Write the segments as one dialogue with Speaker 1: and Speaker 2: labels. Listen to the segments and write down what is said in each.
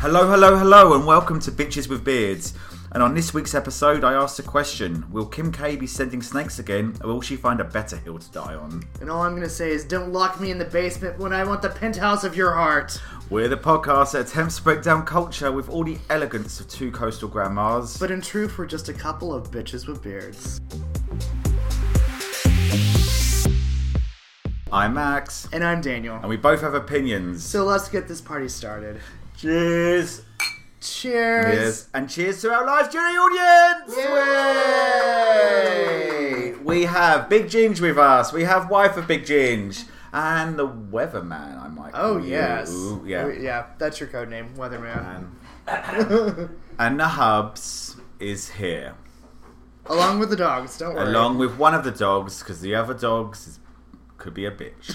Speaker 1: Hello, hello, hello, and welcome to Bitches with Beards. And on this week's episode, I asked the question Will Kim K be sending snakes again, or will she find a better hill to die on?
Speaker 2: And all I'm going to say is don't lock me in the basement when I want the penthouse of your heart.
Speaker 1: We're the podcast that attempts to break down culture with all the elegance of two coastal grandmas.
Speaker 2: But in truth, we're just a couple of bitches with beards.
Speaker 1: I'm Max,
Speaker 2: And I'm Daniel.
Speaker 1: and we both have opinions.
Speaker 2: So let's get this party started.
Speaker 1: cheers!
Speaker 2: Cheers.
Speaker 1: Cheers. And cheers to our live jury audience!
Speaker 2: Yay!
Speaker 1: Yay! We have Big Ginge with us, we have wife of Big Ginge, and the weatherman, I might
Speaker 2: Oh,
Speaker 1: call you.
Speaker 2: yes.
Speaker 1: Ooh, yeah.
Speaker 2: Oh, yeah, that's your code name, Weatherman.
Speaker 1: And, and the hubs is here,
Speaker 2: Along with the dogs, don't worry.
Speaker 1: along with one of the dogs, because the other dogs is, could be a bitch.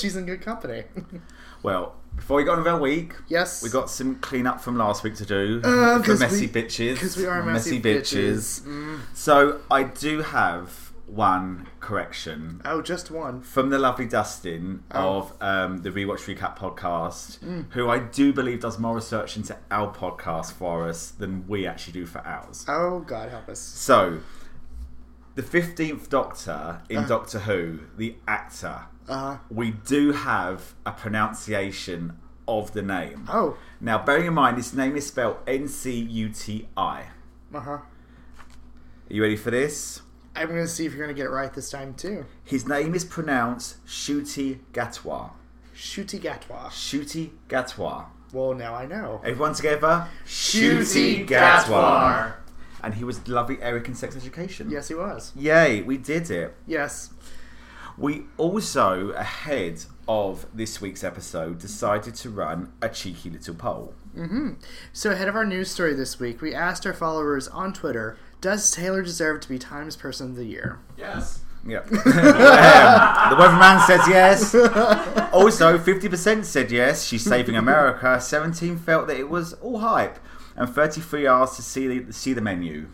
Speaker 2: She's in good company.
Speaker 1: well, before we get on with our week,
Speaker 2: yes.
Speaker 1: we got some clean up from last week to do
Speaker 2: Uh,
Speaker 1: for
Speaker 2: 'cause
Speaker 1: messy
Speaker 2: we-
Speaker 1: bitches.
Speaker 2: Because we are messy, bitches. Mm.
Speaker 1: So I do have one correction
Speaker 2: Oh, just one.
Speaker 1: from the lovely Dustin
Speaker 2: Oh. Mm.
Speaker 1: of um, the Rewatch Recap podcast, who I do believe does more research into our podcast for us than we actually do for ours.
Speaker 2: Oh, God help us.
Speaker 1: So, the 15th Doctor in
Speaker 2: Uh-huh.
Speaker 1: Doctor Who, the actor,
Speaker 2: Uh,
Speaker 1: we do have a pronunciation of the name.
Speaker 2: oh,
Speaker 1: Now, bearing in mind, his name is spelled N C U T I. Are
Speaker 2: uh-huh.
Speaker 1: you ready for this?
Speaker 2: I'm going to see if you're going to get it right this time, too.
Speaker 1: His name is pronounced Shuti Gatwa.
Speaker 2: Shooty Gatwa.
Speaker 1: Shuti Gatwa.
Speaker 2: Well, now I know.
Speaker 1: Everyone together?
Speaker 2: Shuti Gatwa.
Speaker 1: And he was lovely Eric in Sex Education.
Speaker 2: Yes, he was.
Speaker 1: Yay, we did it.
Speaker 2: Yes.
Speaker 1: We also, ahead of this week's episode, decided to run a cheeky little poll.
Speaker 2: So, ahead of our news story this week, we asked our followers on Twitter Does Taylor deserve to be Times Person of the Year?
Speaker 3: Yes.
Speaker 1: Yeah. Um, the weatherman says yes. Also, 50% said yes, she's saving America. 17 felt that it was all hype. And 33 asked to see the, see the menu.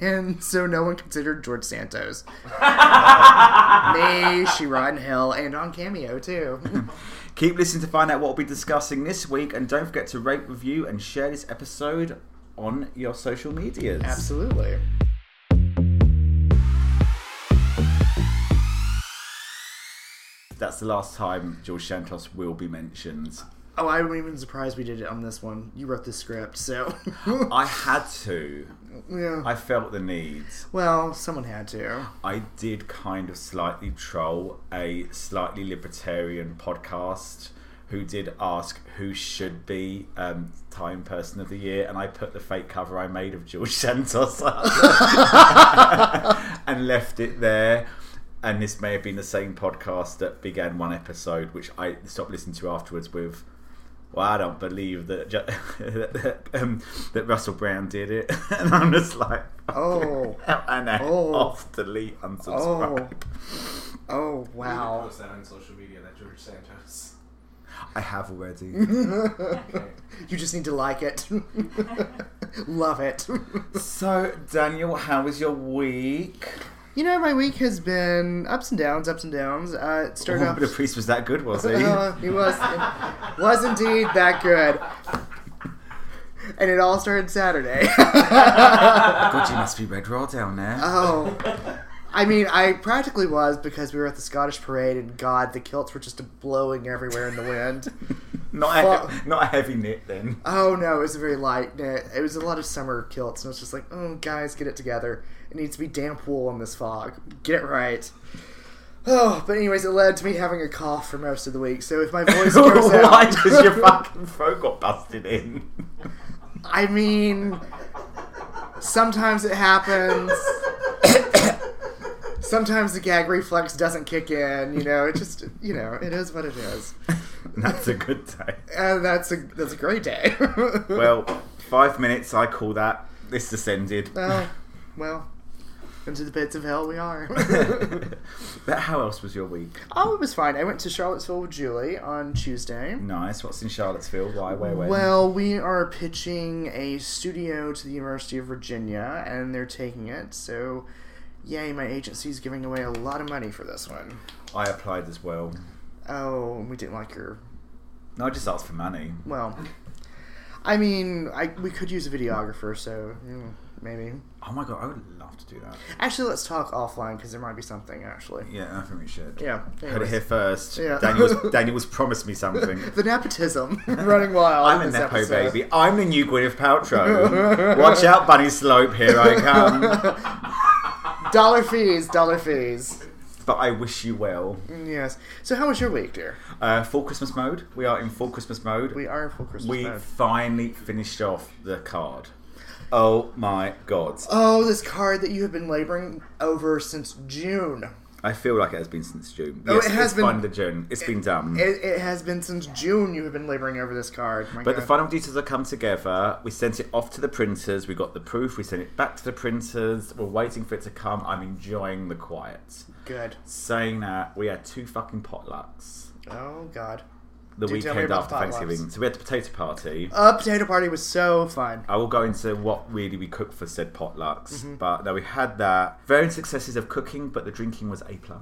Speaker 2: And so, no one considered George Santos. May she rot in hell and on Cameo, too.
Speaker 1: Keep listening to find out what we'll be discussing this week. And don't forget to rate, review, and share this episode on your social medias.
Speaker 2: Absolutely.
Speaker 1: That's the last time George Santos will be mentioned.
Speaker 2: Oh, I wasn't even surprised we did it on this one. You wrote the script, so.
Speaker 1: I had to.
Speaker 2: yeah.
Speaker 1: I felt the need.
Speaker 2: well, someone had to.
Speaker 1: I did kind of slightly troll a slightly libertarian podcast who did ask who should be um, Time Person of the Year, and I put the fake cover I made of George Santos up and left it there. And this may have been the same podcast that began one episode, which I stopped listening to afterwards with. Well, I don't believe that ju- that, um, that Russell Brown did it, and I'm just like,
Speaker 2: Oh.
Speaker 1: and I
Speaker 2: Oh.
Speaker 1: off delete unsubscribe.
Speaker 2: Oh. Oh, wow.
Speaker 3: Post that on social media that George Santos.
Speaker 1: I have already.
Speaker 2: You just need to like it. Love it.
Speaker 1: so Daniel, how was your week?
Speaker 2: you know, my week has been ups and downs, ups and downs. Uh, it started
Speaker 1: Oh,
Speaker 2: off.
Speaker 1: the priest was that good, was he?
Speaker 2: Uh, he was was indeed that good. And it all started Saturday.
Speaker 1: God, you must be red raw down there.
Speaker 2: oh. I mean, I practically was because we were at the Scottish parade and God, the kilts were just blowing everywhere in the wind.
Speaker 1: not a,
Speaker 2: fuck.
Speaker 1: not a heavy knit then.
Speaker 2: Oh no, it was very light. No, It was a lot of summer kilts, and I was just like, "Oh, guys, get it together. It needs to be damp wool in this fog. Get it right." Oh, but anyways, it led to me having a cough for most of the week. So if my voice goes out,
Speaker 1: Why? Because your fucking throat got busted in.
Speaker 2: I mean, sometimes it happens. sometimes the gag reflex doesn't kick in. You know, it just you know, it is what it is.
Speaker 1: That's a good day.
Speaker 2: And that's a that's a great day.
Speaker 1: Well, five minutes. I call that. This descended.
Speaker 2: Oh, well, into the pits of hell we are.
Speaker 1: but how else was your week?
Speaker 2: oh, it was fine. I went to Charlottesville with Julie on Tuesday.
Speaker 1: Nice. What's in Charlottesville? Why? Where? When?
Speaker 2: Well, we are pitching a studio to the University of Virginia, and they're taking it. So, yay! My agency's giving away a lot of money for this one.
Speaker 1: I applied as well.
Speaker 2: Oh, we didn't like your.
Speaker 1: No, I just asked for money.
Speaker 2: Well, I mean, I, we could use a videographer, so mm, maybe.
Speaker 1: Oh my god, I would love to do that.
Speaker 2: Actually, let's talk offline because there might be something actually.
Speaker 1: Yeah, I think we should.
Speaker 2: Yeah.
Speaker 1: Heard it
Speaker 2: anyways.
Speaker 1: here first.
Speaker 2: Yeah.
Speaker 1: Daniel's, Daniel's promised me something.
Speaker 2: the nepotism running wild.
Speaker 1: I'm
Speaker 2: in
Speaker 1: a
Speaker 2: this
Speaker 1: Nepo
Speaker 2: episode.
Speaker 1: baby. I'm the new Gwyneth Paltrow. Watch out, Bunny Slope, here I come.
Speaker 2: Dollar fees, dollar fees.
Speaker 1: but I wish you well.
Speaker 2: Yes. So how was your week, dear?
Speaker 1: Uh, full Christmas mode. We are in full Christmas mode.
Speaker 2: We are in full Christmas
Speaker 1: We
Speaker 2: mode.
Speaker 1: finally finished off the card. Oh my god.
Speaker 2: Oh, this card that you have been laboring over since June.
Speaker 1: I feel like it has been since June.
Speaker 2: Oh, it has
Speaker 1: it's
Speaker 2: been-
Speaker 1: Finally June. It's been done.
Speaker 2: It, it has been since June you have been laboring over this card. My
Speaker 1: But the
Speaker 2: God.
Speaker 1: final details have come together. We sent it off to the printers. We got the proof. We sent it back to the printers. We're waiting for it to come. I'm enjoying the quiet.
Speaker 2: Good.
Speaker 1: Saying that, we had two fucking potlucks
Speaker 2: Oh, God.
Speaker 1: the
Speaker 2: Do tell me
Speaker 1: weekend
Speaker 2: about
Speaker 1: after
Speaker 2: potlucks.
Speaker 1: Thanksgiving. So we had the potato party.
Speaker 2: Uh, potato party was so fun.
Speaker 1: I will go into what really we cooked for said potlucks.
Speaker 2: Mm-hmm.
Speaker 1: But no, we had that. Varying successes of cooking, but the drinking was A plus.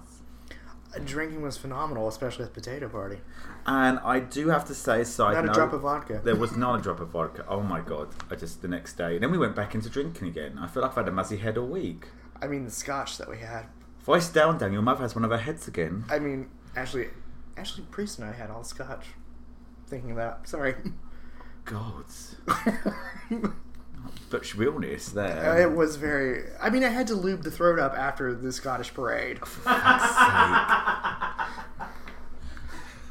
Speaker 2: Drinking was phenomenal, especially at potato party.
Speaker 1: And I do have to say, side
Speaker 2: Not a
Speaker 1: note,
Speaker 2: drop of vodka.
Speaker 1: There was not a drop of vodka. Oh my god! I just the next day, and then we went back into drinking again. I feel like I've had a muzzy head all week.
Speaker 2: I mean, the scotch that we had.
Speaker 1: Voice down, Daniel. Mother has one of her heads again.
Speaker 2: I mean, actually, Ashley Priest and I had all scotch. Thinking of that. Sorry.
Speaker 1: God,
Speaker 2: Uh,
Speaker 1: but realness there.
Speaker 2: it was very. I mean, I had to lube the throat up after the Scottish parade.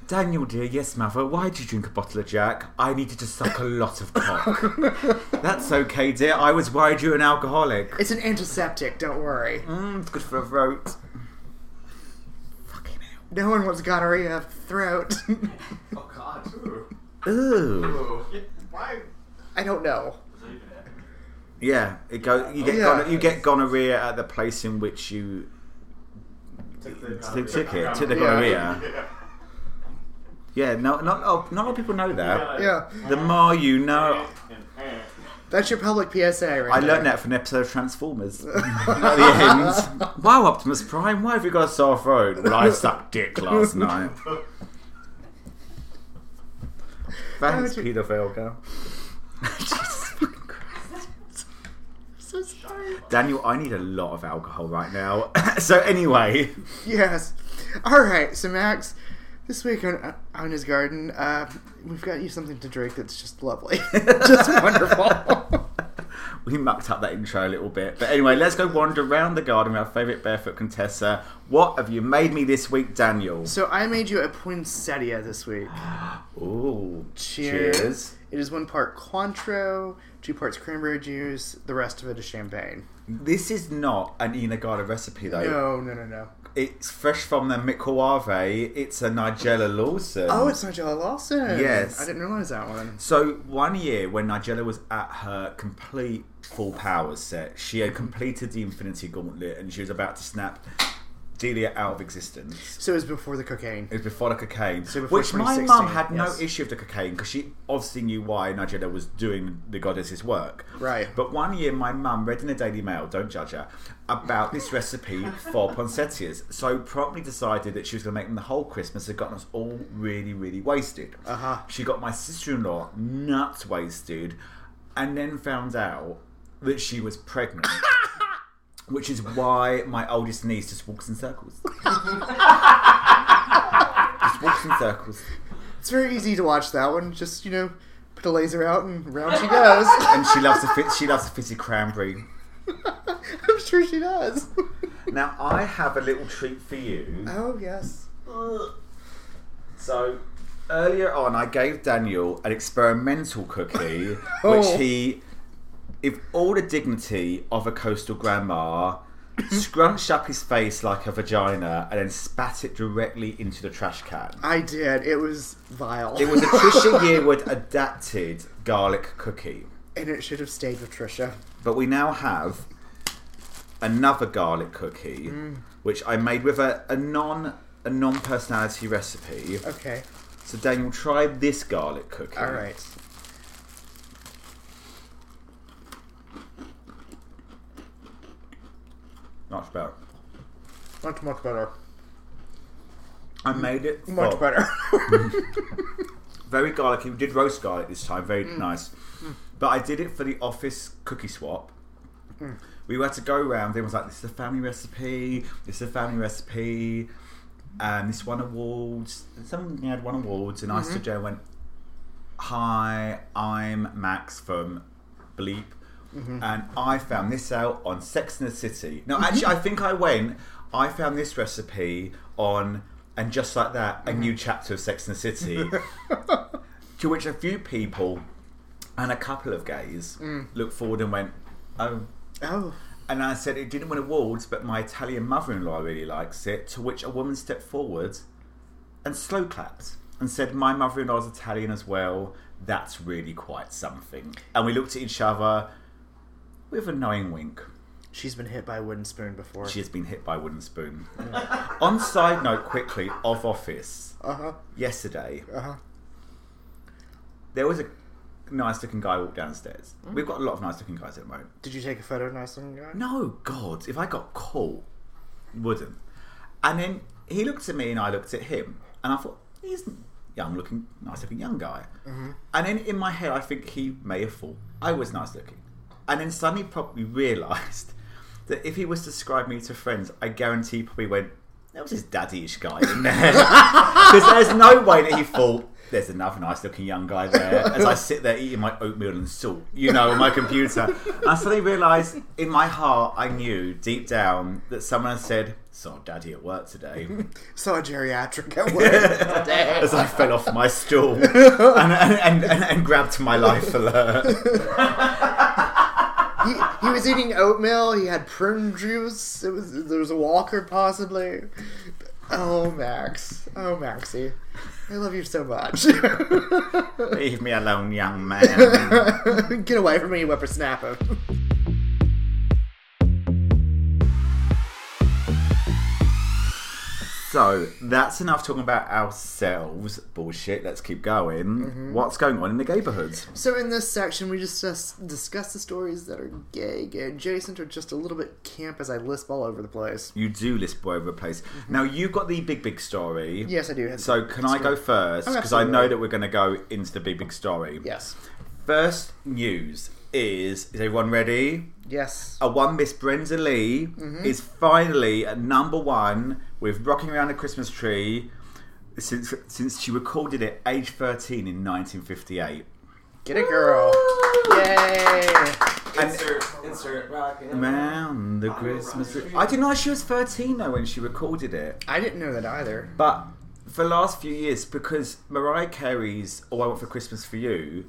Speaker 1: Daniel, dear, yes, mother. Why did you drink a bottle of Jack? I needed to suck a lot of cock. That's okay, dear. I was worried you were an alcoholic.
Speaker 2: It's an antiseptic, don't worry.
Speaker 1: Mm, it's good for a throat. Fucking hell.
Speaker 2: No one wants gonorrhea of the throat.
Speaker 3: Oh god.
Speaker 1: Ooh.
Speaker 3: Why?
Speaker 2: I don't know.
Speaker 1: Yeah, it go. You get
Speaker 2: Oh, Yeah.
Speaker 1: gono- you get gonorrhea at the place in which you
Speaker 3: Took
Speaker 1: took, took it. Took the
Speaker 2: Yeah.
Speaker 1: gonorrhea. Yeah, no, not oh, not a lot of people know that.
Speaker 2: Yeah.
Speaker 1: The more you know.
Speaker 2: That's your public PSA right
Speaker 1: I
Speaker 2: there.
Speaker 1: learned that from an episode of Transformers. at the end, wow, Optimus Prime, why have you got a soft road? Well, I sucked dick last night. Thanks,
Speaker 2: Why would you-
Speaker 1: paedophile girl. Jesus fucking Christ.
Speaker 2: so sorry.
Speaker 1: Daniel, I need a lot of alcohol right now. so anyway,
Speaker 2: Yes. All right. So Max, this week on on his garden, uh, we've got you something to drink that's just lovely, just wonderful.
Speaker 1: we mucked up that intro a little bit. But anyway, let's go wander around the garden with our favourite barefoot contessa. What have you made me this week, Daniel?
Speaker 2: so I made you a poinsettia this week.
Speaker 1: Ooh,
Speaker 2: Cheers.
Speaker 1: cheers.
Speaker 2: It is one part Cointreau, two parts cranberry juice. The rest of it is champagne.
Speaker 1: This is not an Inagata recipe, though.
Speaker 2: No, no, no, no.
Speaker 1: It's fresh from the microwave. It's a Nigella Lawson.
Speaker 2: Oh, it's Nigella Lawson.
Speaker 1: Yes.
Speaker 2: I didn't realize that one.
Speaker 1: So one year when Nigella was at her complete full powers set, she had completed the Infinity Gauntlet and she was about to snap Delia out of existence.
Speaker 2: So it was before the cocaine.
Speaker 1: It was before the cocaine,
Speaker 2: So before
Speaker 1: which my
Speaker 2: 2016,
Speaker 1: mum had
Speaker 2: yes.
Speaker 1: no issue with the cocaine because she obviously knew why Nigella was doing the goddess's work.
Speaker 2: Right.
Speaker 1: But one year, my mum read in the Daily Mail, don't judge her, about this recipe for poinsettias. So promptly decided that she was going to make them the whole Christmas. Had gotten us all really, really wasted.
Speaker 2: Uh-huh.
Speaker 1: She got my sister-in-law nuts wasted, and then found out that she was pregnant. Which is why my oldest niece just walks in circles. just walks in circles.
Speaker 2: It's very easy to watch that one. Just you know, put a laser out and round she goes.
Speaker 1: And she loves to fit she loves to fizzy cranberry.
Speaker 2: I'm sure she does.
Speaker 1: Now I have a little treat for you.
Speaker 2: oh yes.
Speaker 1: So earlier on, I gave Daniel an experimental cookie,
Speaker 2: Oh.
Speaker 1: which he, if all the dignity of a coastal grandma, scrunched up his face like a vagina and then spat it directly into the trash can.
Speaker 2: I did. It was vile.
Speaker 1: It was a Trisha Yearwood adapted garlic cookie,
Speaker 2: and it should have stayed with Trisha.
Speaker 1: but we now have another garlic cookie,
Speaker 2: Mm.
Speaker 1: which I made with a, a non a non personality recipe.
Speaker 2: Okay.
Speaker 1: So Daniel, try this garlic cookie.
Speaker 2: All right.
Speaker 1: Much better.
Speaker 2: Much much better.
Speaker 1: I made it
Speaker 2: Much
Speaker 1: for
Speaker 2: better.
Speaker 1: very garlicky. We did roast garlic this time, very nice. But I did it for the office cookie swap. We had to go around. Everyone was like, "This is a family recipe. This is a family recipe." And this won awards. And Someone had won awards, and I stood there and went, "Hi, I'm Max from Bleep." And I found this out on Sex and the City. No, actually, I think I went. I found this recipe on, and just like that, a new chapter of Sex and the City. to which a few people and a couple of gays looked forward and went, "Oh."
Speaker 2: Oh,
Speaker 1: And I said it didn't win awards, but my Italian mother-in-law really likes it. To which a woman stepped forward and slow clapped and said, "My mother-in-law's Italian as well. That's really quite something." And we looked at each other with a knowing wink.
Speaker 2: she's been hit by a wooden spoon before.
Speaker 1: She has been hit by a wooden spoon. On side note, quickly of office
Speaker 2: Uh huh.
Speaker 1: yesterday,
Speaker 2: Uh huh.
Speaker 1: there was a nice-looking guy walk downstairs. We've got a lot of nice-looking guys at the moment.
Speaker 2: Did you take a photo of nice looking guy?
Speaker 1: No, God, if I got caught, wouldn't. And then he looked at me and I looked at him. And I thought, he's a young looking, nice looking young guy. And then in my head, I think he may have thought I was nice looking. And then suddenly probably realised that if he was to describe me to friends, I guarantee he probably went, that was his daddy-ish guy in there. Because there's no way that he thought, there's another nice looking young guy there as I sit there eating my oatmeal and salt, you know, on my computer. And I suddenly realised in my heart, I knew deep down that someone had said, saw daddy at work today.
Speaker 2: Saw a geriatric at work today.
Speaker 1: as I fell off my stool and, and, and, and grabbed my life alert.
Speaker 2: he, he was eating oatmeal. He had prune juice. It was there was a walker possibly. Oh Max, oh Maxie, I love you so much.
Speaker 1: Leave me alone, young man.
Speaker 2: Get away from me, you whippersnapper.
Speaker 1: So that's enough talking about ourselves. Bullshit. Let's keep going. What's going on in the neighborhoods?
Speaker 2: So in this section, we just dis- discuss the stories that are gay, gay adjacent, or just a little bit camp as I lisp all over the place.
Speaker 1: You do list all over the place.
Speaker 2: Mm-hmm.
Speaker 1: Now you've got the big, big story.
Speaker 2: Yes, I do. have-
Speaker 1: So can I go first?
Speaker 2: Oh,
Speaker 1: Because I know
Speaker 2: absolutely.
Speaker 1: that we're going to go into the big, big story.
Speaker 2: yes,
Speaker 1: First news is is everyone ready?
Speaker 2: yes.
Speaker 1: A one Miss Brenda Lee
Speaker 2: Mm-hmm.
Speaker 1: is finally at number one with "Rocking Around the Christmas Tree" since since she recorded it age thirteen in 1958.
Speaker 2: Get it, girl. Yay!
Speaker 3: Insert, insert rocket.
Speaker 1: Round the Christmas tree. I didn't know she was 13 though when she recorded it.
Speaker 2: I didn't know that either.
Speaker 1: But for the last few years, because Mariah Carey's All I Want for Christmas for You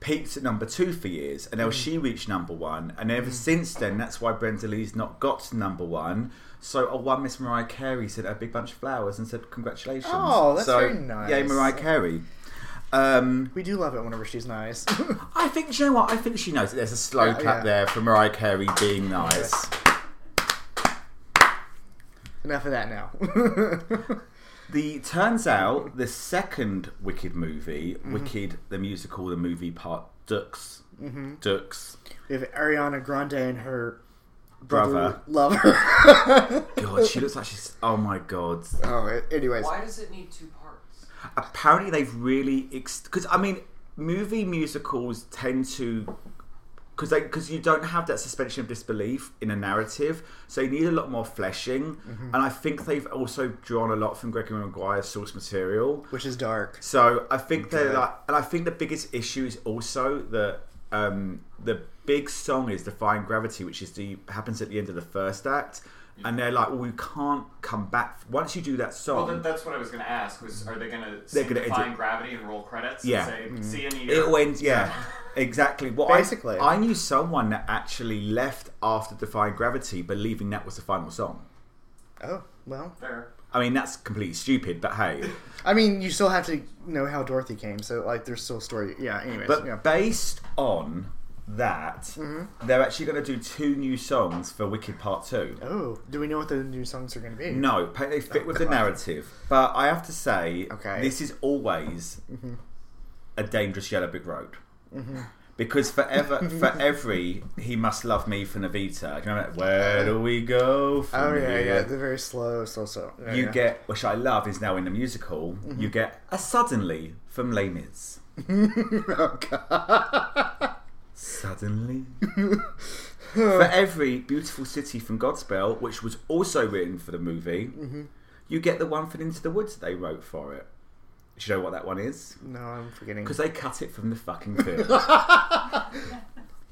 Speaker 1: peaked at number two for years, and
Speaker 2: Mm.
Speaker 1: now she reached number one. And ever since then, that's why Brenda Lee's not got to number one. So a one Miss Mariah Carey sent her a big bunch of flowers and said, Congratulations.
Speaker 2: Oh, that's
Speaker 1: so,
Speaker 2: very nice.
Speaker 1: Yay, Mariah Carey. Um,
Speaker 2: We do love it whenever she's nice.
Speaker 1: I think, do you know what? I think she knows that there's a slow
Speaker 2: Yeah,
Speaker 1: clap
Speaker 2: yeah.
Speaker 1: there for Mariah Carey being nice.
Speaker 2: Enough of that now.
Speaker 1: The turns out the second Wicked movie, Wicked the musical, the movie part, Dux, Dux.
Speaker 2: We have Ariana Grande and her brother
Speaker 1: Brother.
Speaker 2: lover.
Speaker 1: God, she looks like she's. Oh my god!
Speaker 2: oh, anyways,
Speaker 3: Why does it need two parts?
Speaker 1: Apparently they've really because I mean, movie musicals tend to because they because you don't have that suspension of disbelief in a narrative, so you need a lot more fleshing. And I think they've also drawn a lot from Gregory Maguire's source material.
Speaker 2: which is dark.
Speaker 1: So I think they're
Speaker 2: Okay.
Speaker 1: like, and I think the biggest issue is also that um, the big song is "Defying Gravity," which is the happens at the end of the first act, and they're like, well, "We can't come back once you do that
Speaker 4: Well,
Speaker 1: song."
Speaker 4: that, that's what I was going to ask. Was are they going to
Speaker 1: They're gonna
Speaker 4: define
Speaker 1: edit-
Speaker 4: gravity and roll credits?
Speaker 1: Yeah.
Speaker 4: And say, See you in a year."
Speaker 1: it went, yeah, exactly. What
Speaker 2: Basically.
Speaker 1: I, I knew someone that actually left after "Defying Gravity," believing that was the final song.
Speaker 2: Oh well,
Speaker 4: Fair.
Speaker 1: I mean, that's completely stupid, but hey.
Speaker 2: I mean, you still have to know how Dorothy came, so like, there's still a story. Yeah. Anyways,
Speaker 1: But
Speaker 2: yeah.
Speaker 1: based on that, they're actually going to do two new songs for Wicked Part Two.
Speaker 2: oh, do we know what the new songs are going to be?
Speaker 1: No, apparently they fit with the narrative. But I have to say,
Speaker 2: Okay.
Speaker 1: this is always a dangerous yellow brick road. Because forever, for every he must love me for Navita. Do you remember? that? Where do we go? From
Speaker 2: Oh yeah,
Speaker 1: here?
Speaker 2: yeah. They're very slow, so so. Yeah,
Speaker 1: you
Speaker 2: yeah. Mm-hmm.
Speaker 1: get, which I love, is now in the musical. You get a suddenly from Les Mis.
Speaker 2: oh god.
Speaker 1: Suddenly. for every beautiful city from Godspell, which was also written for the movie,
Speaker 2: Mm-hmm.
Speaker 1: you get the one for Into the Woods they wrote for it. Do you know what that one is?
Speaker 2: no, I'm forgetting.
Speaker 1: Because they cut it from the fucking film.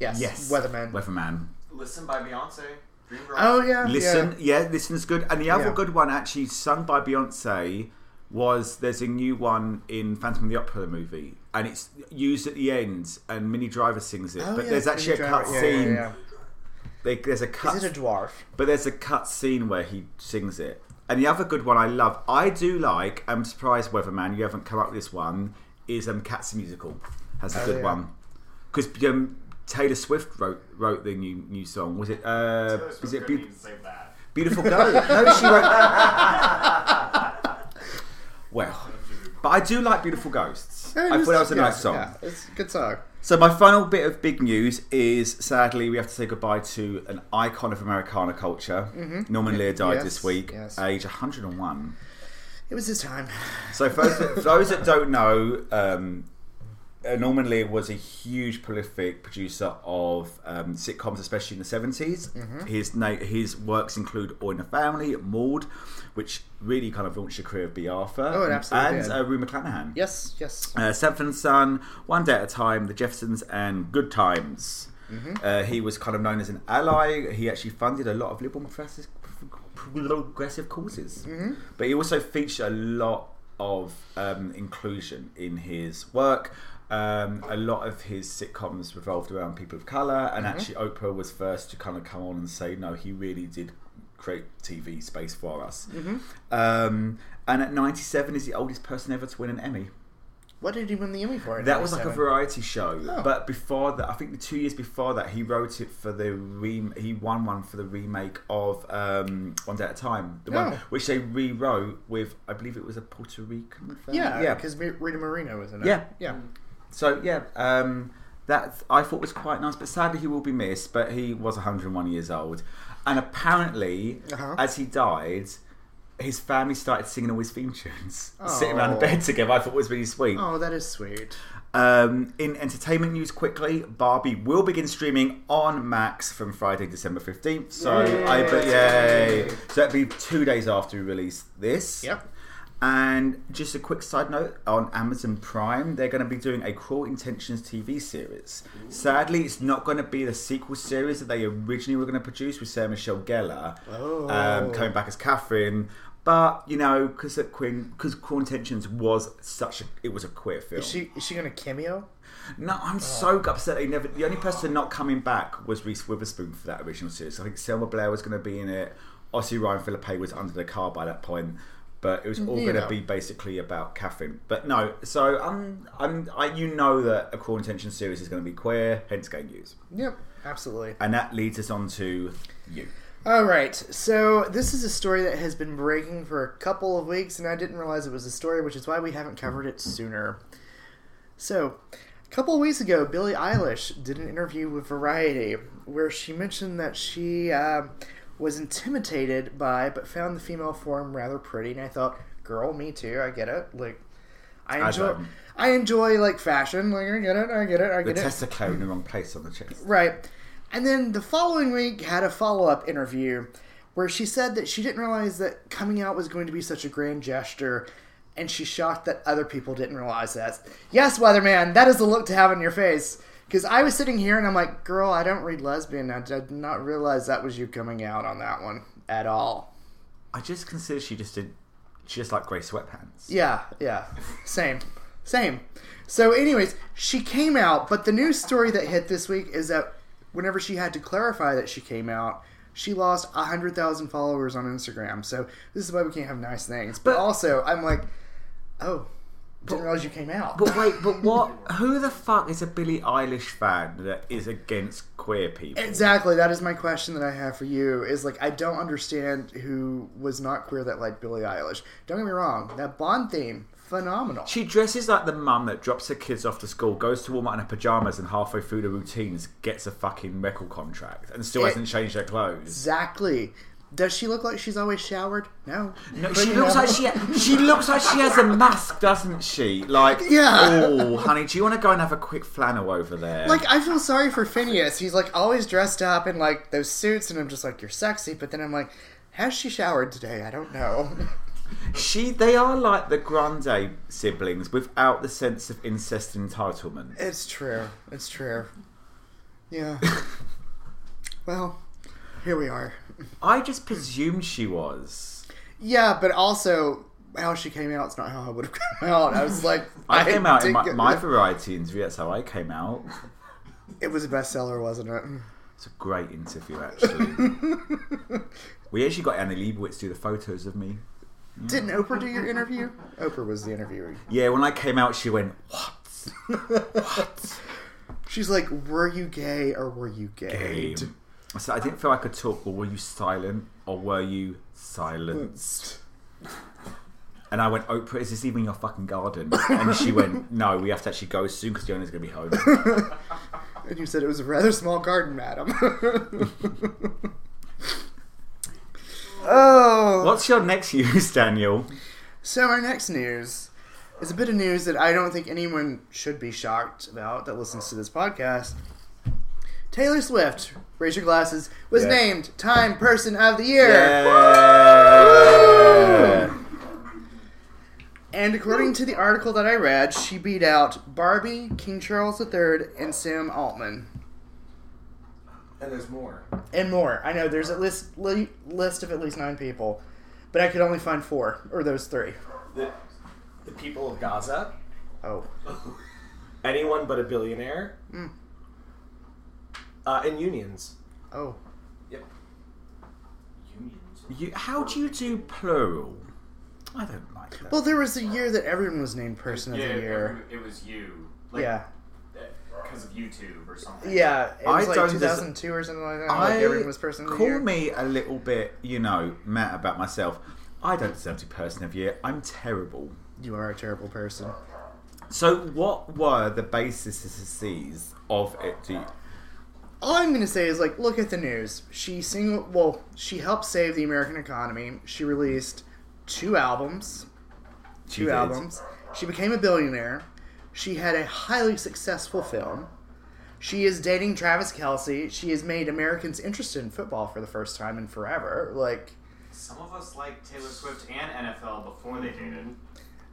Speaker 2: yes,
Speaker 1: yes.
Speaker 2: Weatherman.
Speaker 1: Weatherman.
Speaker 4: Listen by Beyonce. Dream Girl.
Speaker 2: oh yeah.
Speaker 1: Listen, yeah. listen's good. And the other
Speaker 2: Yeah.
Speaker 1: good one, actually sung by Beyonce, was there's a new one in Phantom of the Opera movie, and it's used at the end, and Minnie Driver sings it.
Speaker 2: Yeah. Oh,
Speaker 1: but
Speaker 2: yeah,
Speaker 1: there's actually a
Speaker 2: Baby
Speaker 1: cut
Speaker 2: Driver. Yeah,
Speaker 1: scene.
Speaker 2: Yeah,
Speaker 1: They, there's a
Speaker 2: yeah.
Speaker 1: cut.
Speaker 2: Is it a dwarf?
Speaker 1: But there's a cut scene where he sings it. And the other good one I love, I do like, I'm surprised, Weatherman, you haven't come up with this one, is um, Cats the Musical. Has a
Speaker 2: Oh,
Speaker 1: good
Speaker 2: yeah.
Speaker 1: one. Because um, Taylor Swift wrote wrote the new new song. Was it, uh,
Speaker 4: Taylor Swift
Speaker 1: is it
Speaker 4: couldn't
Speaker 1: Beau-
Speaker 4: even save that.
Speaker 1: Beautiful Girl? no, she wrote. well, but I do like Beautiful Ghosts.
Speaker 2: Yeah,
Speaker 1: I
Speaker 2: it's-
Speaker 1: thought that was a
Speaker 2: yeah,
Speaker 1: nice song.
Speaker 2: Yeah, it's a good song.
Speaker 1: So my final bit of big news is sadly we have to say goodbye to an icon of Americana culture. Norman Lear died
Speaker 2: Mm-hmm. Yes,
Speaker 1: this week,
Speaker 2: yes.
Speaker 1: age 101.
Speaker 2: It was his time.
Speaker 1: So for those, for those that don't know, um, uh, Norman Lear was a huge prolific producer of um, sitcoms, especially in the 70s.
Speaker 2: Mm-hmm.
Speaker 1: His na- his works include All in the Family, Maud, which really kind of launched the career of B. Arthur,
Speaker 2: Oh, it absolutely
Speaker 1: and
Speaker 2: did.
Speaker 1: Uh, Rue McClanahan.
Speaker 2: Yes, yes.
Speaker 1: Uh, Sanford and Son, One Day at a Time, The Jeffersons, and Good Times. Uh, he was kind of known as an ally. He actually funded a lot of liberal and progressive, progressive causes,
Speaker 2: Mm. Mm-hmm.
Speaker 1: but he also featured a lot of um, inclusion in his work. Um, a lot of his sitcoms revolved around people of color, and actually Oprah was first to kind of come on and say, "No, he really did." Create TV space for us,
Speaker 2: Mm-hmm.
Speaker 1: um, and at 97 is the oldest person ever to win an Emmy.
Speaker 2: What did he win the Emmy for? in
Speaker 1: That was like a
Speaker 2: 97?
Speaker 1: variety show,
Speaker 2: Oh.
Speaker 1: but before that, I think the two years before that, he wrote it for the re- he won one for the remake of um, One Day at a Time, the one
Speaker 2: Oh.
Speaker 1: which they rewrote with I believe it was a Puerto Rican. Family.
Speaker 2: Yeah,
Speaker 1: yeah.
Speaker 2: because Rita Moreno was in it.
Speaker 1: Yeah.
Speaker 2: yeah.
Speaker 1: So yeah, um, that I thought was quite nice, but sadly he will be missed. But he was 101 years old, and apparently,
Speaker 2: Uh-huh.
Speaker 1: as he died. His family started singing all his theme tunes, sitting around the
Speaker 2: Oh.
Speaker 1: bed together. I thought was really sweet.
Speaker 2: Oh, that is sweet.
Speaker 1: Um, in entertainment news, quickly, Barbie will begin streaming on Max from Friday, December fifteenth. So I bet, yay! So that'd be two days after we release this.
Speaker 2: Yep.
Speaker 1: And just a quick side note on Amazon Prime, they're going to be doing a Cruel Intentions TV series. Sadly, it's not going to be the sequel series that they originally were going to produce with Sarah Michelle Gellar
Speaker 2: Oh.
Speaker 1: um, coming back as Catherine. But you know, because Quinn, because Cruel Intentions was such a, it was a queer film.
Speaker 2: Is she is she gonna cameo?
Speaker 1: No, I'm so upset they never. The only person not coming back was Reese Witherspoon for that original series. I think Selma Blair was going to be in it. Obviously, Ryan Philippe was under the car by that point, but it was all
Speaker 2: You
Speaker 1: going to
Speaker 2: know.
Speaker 1: be basically about Catherine. But no, so I'm, I'm, I, you know that a Cruel Intention series is going to be queer, hence gay news,
Speaker 2: Yep, absolutely.
Speaker 1: and that leads us on to you.
Speaker 2: All right, so this is a story that has been breaking for a couple of weeks, and I didn't realize it was a story, which is why we haven't covered it sooner. So, a couple of weeks ago, Billie Eilish did an interview with Variety where she mentioned that she uh, was intimidated by, but found the female form rather pretty, and I thought, girl, me too, I get it. Like, I
Speaker 1: I
Speaker 2: enjoy,
Speaker 1: don't.
Speaker 2: I enjoy like fashion. Like, I get it, I get it, I
Speaker 1: The
Speaker 2: get it.
Speaker 1: testicle in the wrong place on the chest.
Speaker 2: Right. And then the following week had a follow up interview where she said that she didn't realize that coming out was going to be such a grand gesture and she's shocked that other people didn't realize that. Yes, Weatherman, that is the look to have on your face. Because I was sitting here and I'm like, girl, I don't read lesbian. I did not realize that was you coming out on that one at all.
Speaker 1: I just consider she just did. She just like grey sweatpants.
Speaker 2: Yeah, yeah. Same. Same. So, anyways, she came out, but the news story that hit this week is that whenever she had to clarify that she came out, she lost 100,000 followers on Instagram. So, this is why we can't have nice things. But,
Speaker 1: But-
Speaker 2: also, I'm like, oh, didn't realize you came out.
Speaker 1: But wait, but what? Who the fuck is a Billie Eilish fan that is against queer people?
Speaker 2: Exactly. That is my question that I have for you. Is like I don't understand who was not queer that liked Billie Eilish. Don't get me wrong. That Bond theme, phenomenal.
Speaker 1: She dresses like the mum that drops her kids off to school, goes to Walmart in her pajamas, and halfway through the routines gets a fucking record contract and still
Speaker 2: It-
Speaker 1: hasn't changed her clothes.
Speaker 2: Exactly. Does she look like she's always showered? No.
Speaker 1: No,
Speaker 2: But
Speaker 1: she
Speaker 2: you
Speaker 1: looks
Speaker 2: know.
Speaker 1: like she she looks like she has a mask, doesn't she? Like,
Speaker 2: Yeah.
Speaker 1: oh, honey, do you want to go and have a quick flannel over there?
Speaker 2: Like I feel sorry for Phineas. He's like always dressed up in like those suits, and I'm just like, you're sexy. But then I'm like, has she showered today? I don't know.
Speaker 1: she, they are like the Grande siblings without the sense of incest entitlement.
Speaker 2: It's true. It's true. Yeah. well, here we are.
Speaker 1: I just presumed she was.
Speaker 2: Yeah, but also how she came out is not how I would have come out. I was like,
Speaker 1: I came out in my,
Speaker 2: didn't-
Speaker 1: my variety interview. That's how I came out.
Speaker 2: It was a bestseller, wasn't it?
Speaker 1: It's a great interview, actually. we actually got Annie Leibovitz to do the photos of me.
Speaker 2: Didn't Oprah do your interview? Oprah was the interviewer.
Speaker 1: Yeah, when I came out, she went, "What?
Speaker 2: She's like, were you gay or were you gay?
Speaker 1: game. I said I didn't feel I could talk, but were you silent or were you
Speaker 2: Hmm.
Speaker 1: silenced? And I went, Oprah, is this even your fucking garden? And she went, No, we have to actually go soon because the owner's going to be home.
Speaker 2: And you said it was a rather small garden, madam. oh.
Speaker 1: What's your next use, Daniel?
Speaker 2: So our next news is a bit of news that I don't think anyone should be shocked about that listens to this podcast. Taylor Swift, raise your glasses, was
Speaker 1: Yeah.
Speaker 2: named Time Person of the Year.
Speaker 1: Yeah.
Speaker 2: And according to the article that I read, she beat out Barbie, King Charles III, and Sam Altman.
Speaker 4: And there's more.
Speaker 2: And more. I know there's a list, li- list of at least nine people, but I could only find four, or those three.
Speaker 5: The, the people of Gaza.
Speaker 2: Oh.
Speaker 5: Anyone but a billionaire.
Speaker 2: Mm.
Speaker 5: Uh, and unions.
Speaker 2: Oh.
Speaker 4: Unions.
Speaker 1: You, how do you do plural? I don't like that.
Speaker 2: Well, there was a year that everyone was named Person of
Speaker 4: yeah,
Speaker 2: the Year.
Speaker 4: every- It was you.
Speaker 2: yeah.
Speaker 4: Because of YouTube or something.
Speaker 2: Yeah, it
Speaker 1: I
Speaker 2: was
Speaker 1: don't
Speaker 2: like
Speaker 1: dis-
Speaker 2: 2002 or something like that. like everyone was person of the
Speaker 1: call
Speaker 2: year.
Speaker 1: me a little bit, you know, mad about myself. I don't deserve to be person of year. I'm terrible.
Speaker 2: You are a terrible person.
Speaker 1: So, what were the bases of it? Do you-
Speaker 2: All I'm going to say is like, look at the news. She single, well, she helped save the American economy. She released two albums,
Speaker 1: she
Speaker 2: two
Speaker 1: did.
Speaker 2: albums. She became a billionaire. She had a highly successful film. She is dating Travis Kelsey. She has made Americans interested in football for the first time in forever. Like,
Speaker 4: Some of us liked Taylor Swift and NFL before they dated.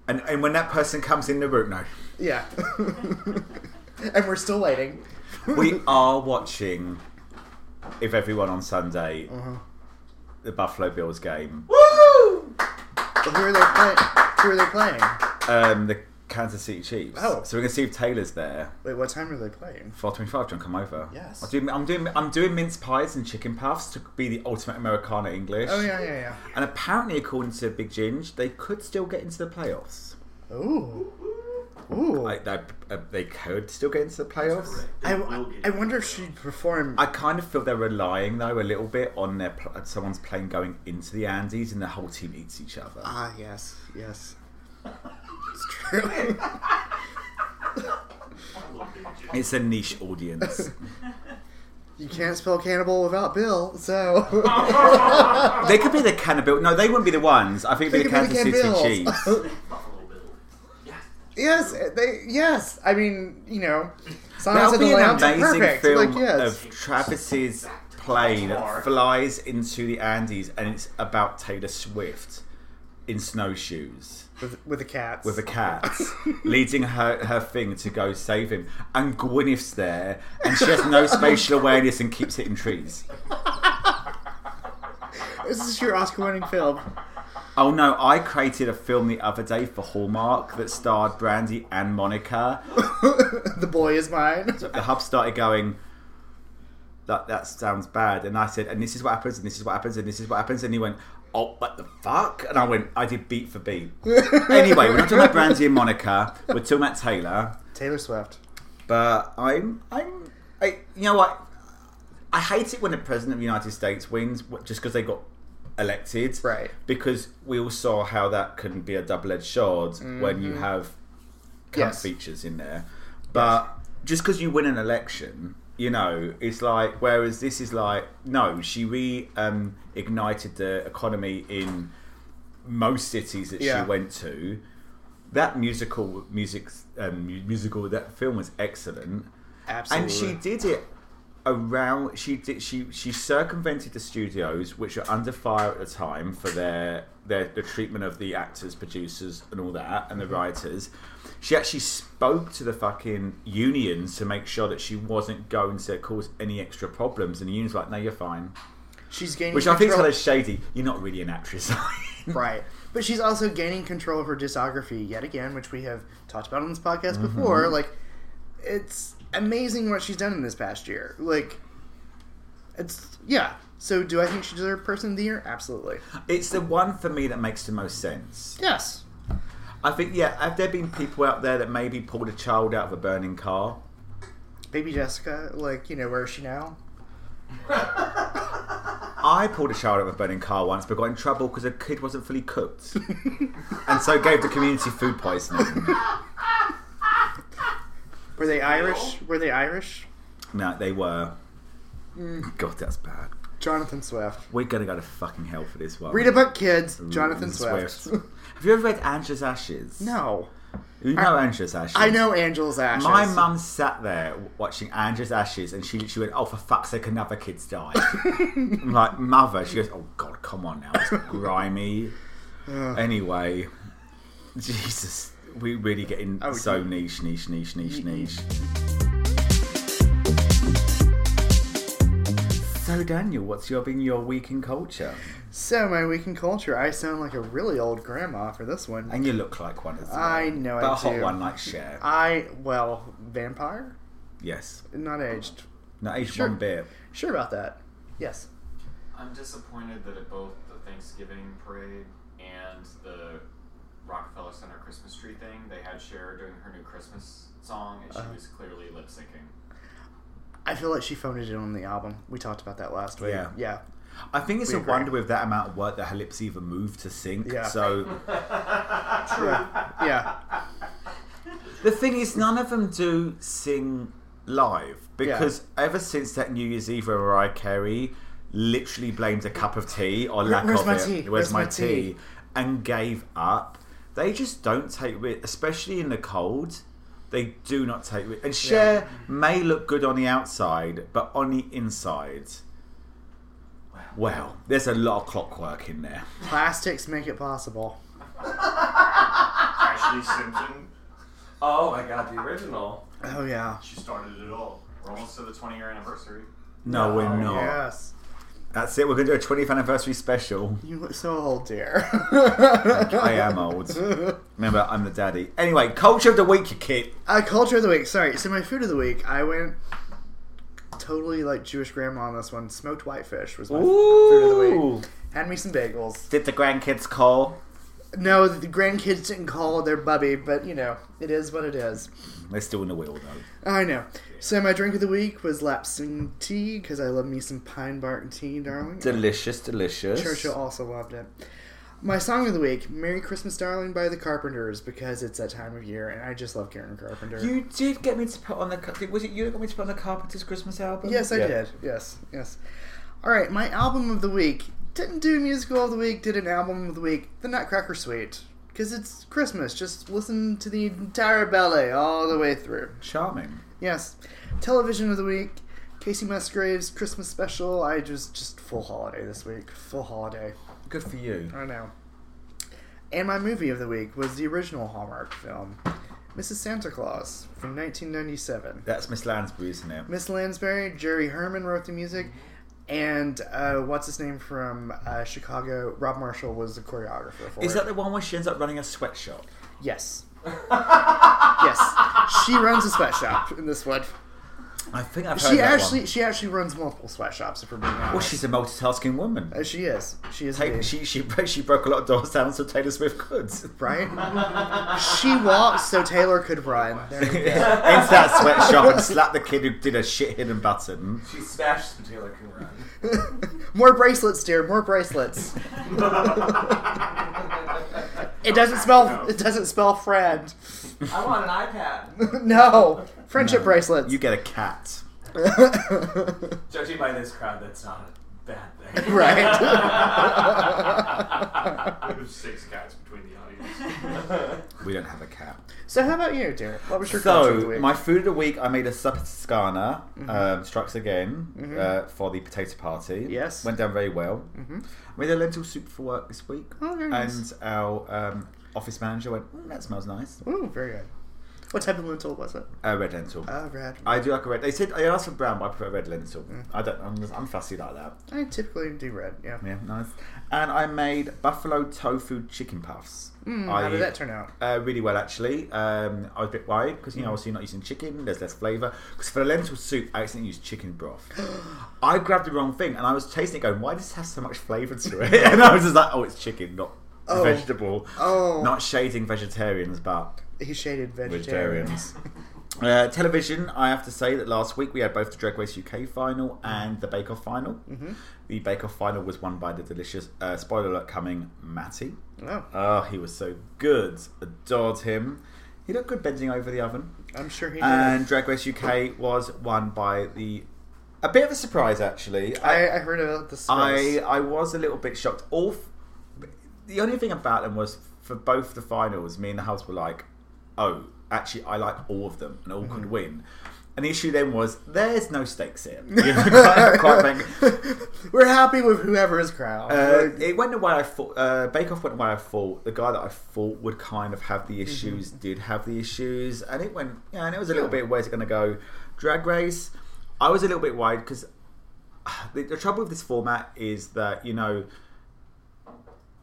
Speaker 1: And, and when that person comes in the room, no,
Speaker 2: yeah. and we're still waiting.
Speaker 1: we are watching. If everyone on Sunday,
Speaker 2: Uh-huh.
Speaker 1: the Buffalo Bills game,
Speaker 5: Woo!
Speaker 2: But who are they playing? Who are they playing?
Speaker 1: um, the Kansas City Chiefs.
Speaker 2: Oh.
Speaker 1: so we're gonna see if Taylor's there.
Speaker 2: Wait, what time are they playing?
Speaker 1: Four twenty-five. John, come over.
Speaker 2: Yes.
Speaker 1: I'll do, I'm doing. I'm doing mince pies and chicken puffs to be the ultimate Americana English.
Speaker 2: Oh yeah, yeah,
Speaker 1: And apparently, according to Big Ginge, they could still get into the playoffs.
Speaker 2: yeah. Ooh, ooh. I,
Speaker 1: Like they, uh, they could still get into the playoffs.
Speaker 2: I, I wonder if she'd perform.
Speaker 1: I kind of feel they're relying though a little bit on their pl- someone's plane going into the Andes and the whole team eats each other.
Speaker 2: Ah, yes, yes. It's true.
Speaker 1: It's a niche audience.
Speaker 2: you can't spell cannibal without Bill, so.
Speaker 1: they could be the Cannabil. No, they wouldn't be the ones. I think
Speaker 2: They
Speaker 1: it'd be the
Speaker 2: could
Speaker 1: Kansas
Speaker 2: be
Speaker 1: City
Speaker 2: the Can
Speaker 1: Chiefs.
Speaker 2: Bills.
Speaker 4: Buffalo Bill. Yes.
Speaker 2: yes, they. Yes, I mean, you know,
Speaker 1: That
Speaker 2: Silence
Speaker 1: would
Speaker 2: of the
Speaker 1: be an
Speaker 2: Lambs, are
Speaker 1: amazing
Speaker 2: perfect.
Speaker 1: film
Speaker 2: Like, yes.
Speaker 1: of Travis's plane that flies into the Andes, and it's about Taylor Swift in snowshoes.
Speaker 2: with, with the cats.
Speaker 1: with a cat, leading her, her thing to go save him. And Gwyneth's there, and she has no spatial awareness and keeps hitting trees.
Speaker 2: This is your Oscar-winning film.
Speaker 1: Oh no, I created a film the other day for Hallmark that starred Brandy and Monica.
Speaker 2: the boy is mine.
Speaker 1: The hub started going, that, that sounds bad. And I said, and this is what happens, and this is what happens, and this is what happens. And he went, oh, what the fuck? And I went, I did beat for beat. anyway, we're not talking about Brandy and Monica, we're talking about Taylor.
Speaker 2: Taylor Swift.
Speaker 1: But I'm, I'm, I, you know what? I hate it when the president of the United States wins wh- just because they got elected.
Speaker 2: Right.
Speaker 1: Because we all saw how that can be a double edged sword when you have cunt
Speaker 2: Mm-hmm. Yes.
Speaker 1: features in there. But just because you win an election, you know, it's like, whereas this is like, no, she re um, ignited the economy in most cities that
Speaker 2: Yeah.
Speaker 1: she went to. That musical, music, um, mu- musical, that film was excellent
Speaker 2: Absolutely.
Speaker 1: and she did it around she did she she circumvented the studios which were under fire at the time for their their the treatment of the actors producers and all that and the
Speaker 2: Mm-hmm.
Speaker 1: writers she actually spoke to the fucking unions to make sure that she wasn't going to cause any extra problems and the unions were like no you're fine
Speaker 2: she's gaining
Speaker 1: which i think is kind
Speaker 2: control-
Speaker 1: of shady you're not really an actress
Speaker 2: right. But she's also gaining control of her discography yet again, which we have talked about on this podcast
Speaker 1: Mm-hmm.
Speaker 2: before. Like, it's amazing what she's done in this past year. Like, it's yeah. So, do I think she deserved Person of the Year? Absolutely.
Speaker 1: it's the one for me that makes the most sense
Speaker 2: Yes.
Speaker 1: i think yeah have there been people out there that maybe pulled a child out of a burning car
Speaker 2: Baby Jessica, like, you know, where is she now?
Speaker 1: I pulled a child out of a burning car once, but got in trouble because a kid wasn't fully cooked, and so gave the community food poisoning.
Speaker 2: Were they Irish? Were they Irish?
Speaker 1: No, they were. God, that's bad.
Speaker 2: Jonathan Swift.
Speaker 1: We're gonna go to fucking hell for this one. Mm,
Speaker 2: Read about kids, Jonathan Swift.
Speaker 1: Have you ever read Angela's Ashes?
Speaker 2: No.
Speaker 1: You know Angela's Ashes.
Speaker 2: I know Angela's Ashes.
Speaker 1: Hmm. My mum sat there watching Angela's Ashes, and she literally went, "Oh, for fuck's sake, another kid's died." I'm like, "Mother," she goes, "Oh God, come on now, it's grimy." anyway, Jesus, we really getting
Speaker 2: Oh,
Speaker 1: so
Speaker 2: you-
Speaker 1: niche, niche, niche, niche, niche. So Daniel, what's your been your week in culture?
Speaker 2: So, my week in culture, I sound like a really old grandma for this one.
Speaker 1: And you look like one as well.
Speaker 2: I know I
Speaker 1: but a hot
Speaker 2: do.
Speaker 1: one like Cher.
Speaker 2: I well, vampire,
Speaker 1: yes,
Speaker 2: not aged.
Speaker 1: not aged
Speaker 2: Sure.
Speaker 1: one bit.
Speaker 2: Sure about that. Yes.
Speaker 4: I'm disappointed that at both the Thanksgiving parade and the Rockefeller Center Christmas tree thing, they had Cher doing her new Christmas song, and she
Speaker 2: Uh-huh.
Speaker 4: was clearly lip syncing.
Speaker 2: I feel like she phoned it in on the album. We talked about that last week.
Speaker 1: Yeah.
Speaker 2: Yeah.
Speaker 1: I think it's
Speaker 2: We
Speaker 1: a
Speaker 2: agree.
Speaker 1: wonder with that amount of work that her lips even move to sync.
Speaker 2: Yeah.
Speaker 1: So
Speaker 2: Yeah.
Speaker 1: the thing is, none of them do sing live because ever since that New Year's Eve where Mariah Carey literally blamed a cup of tea or lack
Speaker 2: where's
Speaker 1: of
Speaker 2: my
Speaker 1: it,
Speaker 2: tea?
Speaker 1: where's,
Speaker 2: Where's
Speaker 1: my
Speaker 2: my tea?
Speaker 1: tea, and gave up, they just don't take ri especially in the cold. They do not take ri And Cher may look good on the outside, but on the inside, well, there's a lot of clockwork in there.
Speaker 2: Plastics make it possible.
Speaker 6: Ashley Simpson.
Speaker 5: Oh my god, the original.
Speaker 2: Oh yeah.
Speaker 6: She started it all.
Speaker 4: We're almost to the 20 year anniversary.
Speaker 1: No,
Speaker 5: No.
Speaker 1: we're not.
Speaker 2: Oh, Yes.
Speaker 1: That's it. We're gonna do a 20th anniversary special.
Speaker 2: You look so old, dear.
Speaker 1: I am old. Remember, I'm the daddy. Anyway, culture of the week, you kid.
Speaker 2: Uh, culture of the week. Sorry. So my food of the week, I went totally like Jewish grandma on this one. Smoked whitefish was my food of the week. Had me some bagels.
Speaker 1: Did the grandkids call?
Speaker 2: No, the grandkids didn't call their bubby, but you know, it is what it is.
Speaker 1: They're still in the wheel though.
Speaker 2: I know. So my drink of the week was lapsing tea because I love me some pine bark tea, darling.
Speaker 1: Delicious, delicious.
Speaker 2: Churchill also loved it. My song of the week, "Merry Christmas, Darling" by the Carpenters, because it's that time of year, and I just love Karen Carpenter.
Speaker 1: You did get me to put on the. car- Was it you that got me to put on the Carpenter's Christmas album?
Speaker 2: yes, I
Speaker 1: Yeah.
Speaker 2: did. Yes, yes. All right, my album of the week didn't do musical of the week. Did an album of the week, "The Nutcracker Suite," because it's Christmas. Just listen to the entire ballet all the way through.
Speaker 1: Charming.
Speaker 2: Yes. Television of the week. Casey Musgraves Christmas special. I just just full holiday this week. Full holiday.
Speaker 1: Good for you.
Speaker 2: I know. And my movie of the week was the original Hallmark film, Mrs. Santa Claus from 1997.
Speaker 1: That's Miss Lansbury, isn't it?
Speaker 2: Miss Lansbury, Jerry Herman wrote the music, and uh, what's his name from uh, Chicago? Rob Marshall was the choreographer for
Speaker 1: Is
Speaker 2: it.
Speaker 1: that the one where she ends up running a sweatshop?
Speaker 2: Yes. yes. She runs a sweatshop in this one.
Speaker 1: I think I've heard
Speaker 2: She
Speaker 1: that
Speaker 2: actually
Speaker 1: One.
Speaker 2: she actually runs multiple sweatshops. If we're being honest,
Speaker 1: Well, she's a multitasking woman.
Speaker 2: Uh, she is. She is.
Speaker 1: Taylor,
Speaker 2: indeed.
Speaker 1: she, she she broke a lot of doors down so Taylor Swift could.
Speaker 2: right? she walks so Taylor could run. There
Speaker 1: Into
Speaker 2: you go.
Speaker 1: that sweatshop and slap the kid who did a shit hidden button.
Speaker 5: She smashed the Taylor can run.
Speaker 2: more bracelets, dear. More bracelets. It doesn't spell. It doesn't spell friend.
Speaker 3: I want an iPad.
Speaker 2: no, friendship
Speaker 1: No.
Speaker 2: bracelets.
Speaker 1: You get a cat.
Speaker 5: Judging by this crowd, that's not a bad thing.
Speaker 2: Right.
Speaker 4: There's six cats between the audience.
Speaker 1: We don't have a cat.
Speaker 2: so how about you, dear? What was your culture of the
Speaker 1: So
Speaker 2: week? Mm-hmm.
Speaker 1: my food of the week, I made a sapscana, um, strikes again
Speaker 2: Mhm.
Speaker 1: uh, for the potato party.
Speaker 2: Yes.
Speaker 1: went down very well.
Speaker 2: Mhm.
Speaker 1: I made a lentil soup for work this week,
Speaker 2: Oh, very
Speaker 1: and
Speaker 2: nice.
Speaker 1: our um, office manager went, mm, "That smells nice."
Speaker 2: Ooh, very good. What type of lentil was it?
Speaker 1: Uh, red lentil.
Speaker 2: Uh, Mm. red. I,
Speaker 1: I do like a red. They said I asked for brown, but I prefer red lentil. I don't. I'm, I'm fussy like that.
Speaker 2: typically do red. Yeah.
Speaker 1: Yeah, nice. And I made buffalo tofu chicken puffs.
Speaker 2: Mm,
Speaker 1: I-
Speaker 2: how did that turn out?
Speaker 1: Uh, really well, actually. Um, I was a bit worried because you know, obviously, you're not using chicken. There's less flavour. Because for the lentil soup, I accidentally used chicken broth. I grabbed the wrong thing, and I was tasting it, going, "Why does this have so much flavour to it?" and I was just like, "Oh, it's chicken, not
Speaker 2: Oh.
Speaker 1: vegetable."
Speaker 2: Oh.
Speaker 1: not shading vegetarians, but
Speaker 2: He shaded vegetarians.
Speaker 1: vegetarians. Uh, television, I have to say that last week we had both the Drag Race UK final
Speaker 2: Hmm.
Speaker 1: and the Bake Off final.
Speaker 2: Mhm.
Speaker 1: The Bake Off final was won by the delicious, uh, spoiler alert coming, Matty.
Speaker 2: Oh,
Speaker 1: Oh, he was so good. Adored him. He looked good bending over the oven.
Speaker 2: I'm sure he did.
Speaker 1: And Drag Race UK was won by the. A bit of a surprise, actually.
Speaker 2: I, I heard about the
Speaker 1: I,
Speaker 2: spice.
Speaker 1: I was a little bit shocked. All f- the only thing about them was for both the finals, me and the house were like, "Oh, actually, I like all of them, and all
Speaker 2: Mm-hmm.
Speaker 1: could win." And the issue then was there's no stakes here. You know, quite, quite frankly.
Speaker 2: We're happy with whoever is crowned.
Speaker 1: Uh,
Speaker 2: Like,
Speaker 1: it went the way I thought. Uh, Bake Off went the way I thought. The guy that I thought would kind of have the issues did have the issues, and it went. Yeah, and it was a little bit. Where's it going to go? Drag Race. I was a little bit worried because the, the trouble with this format is that you know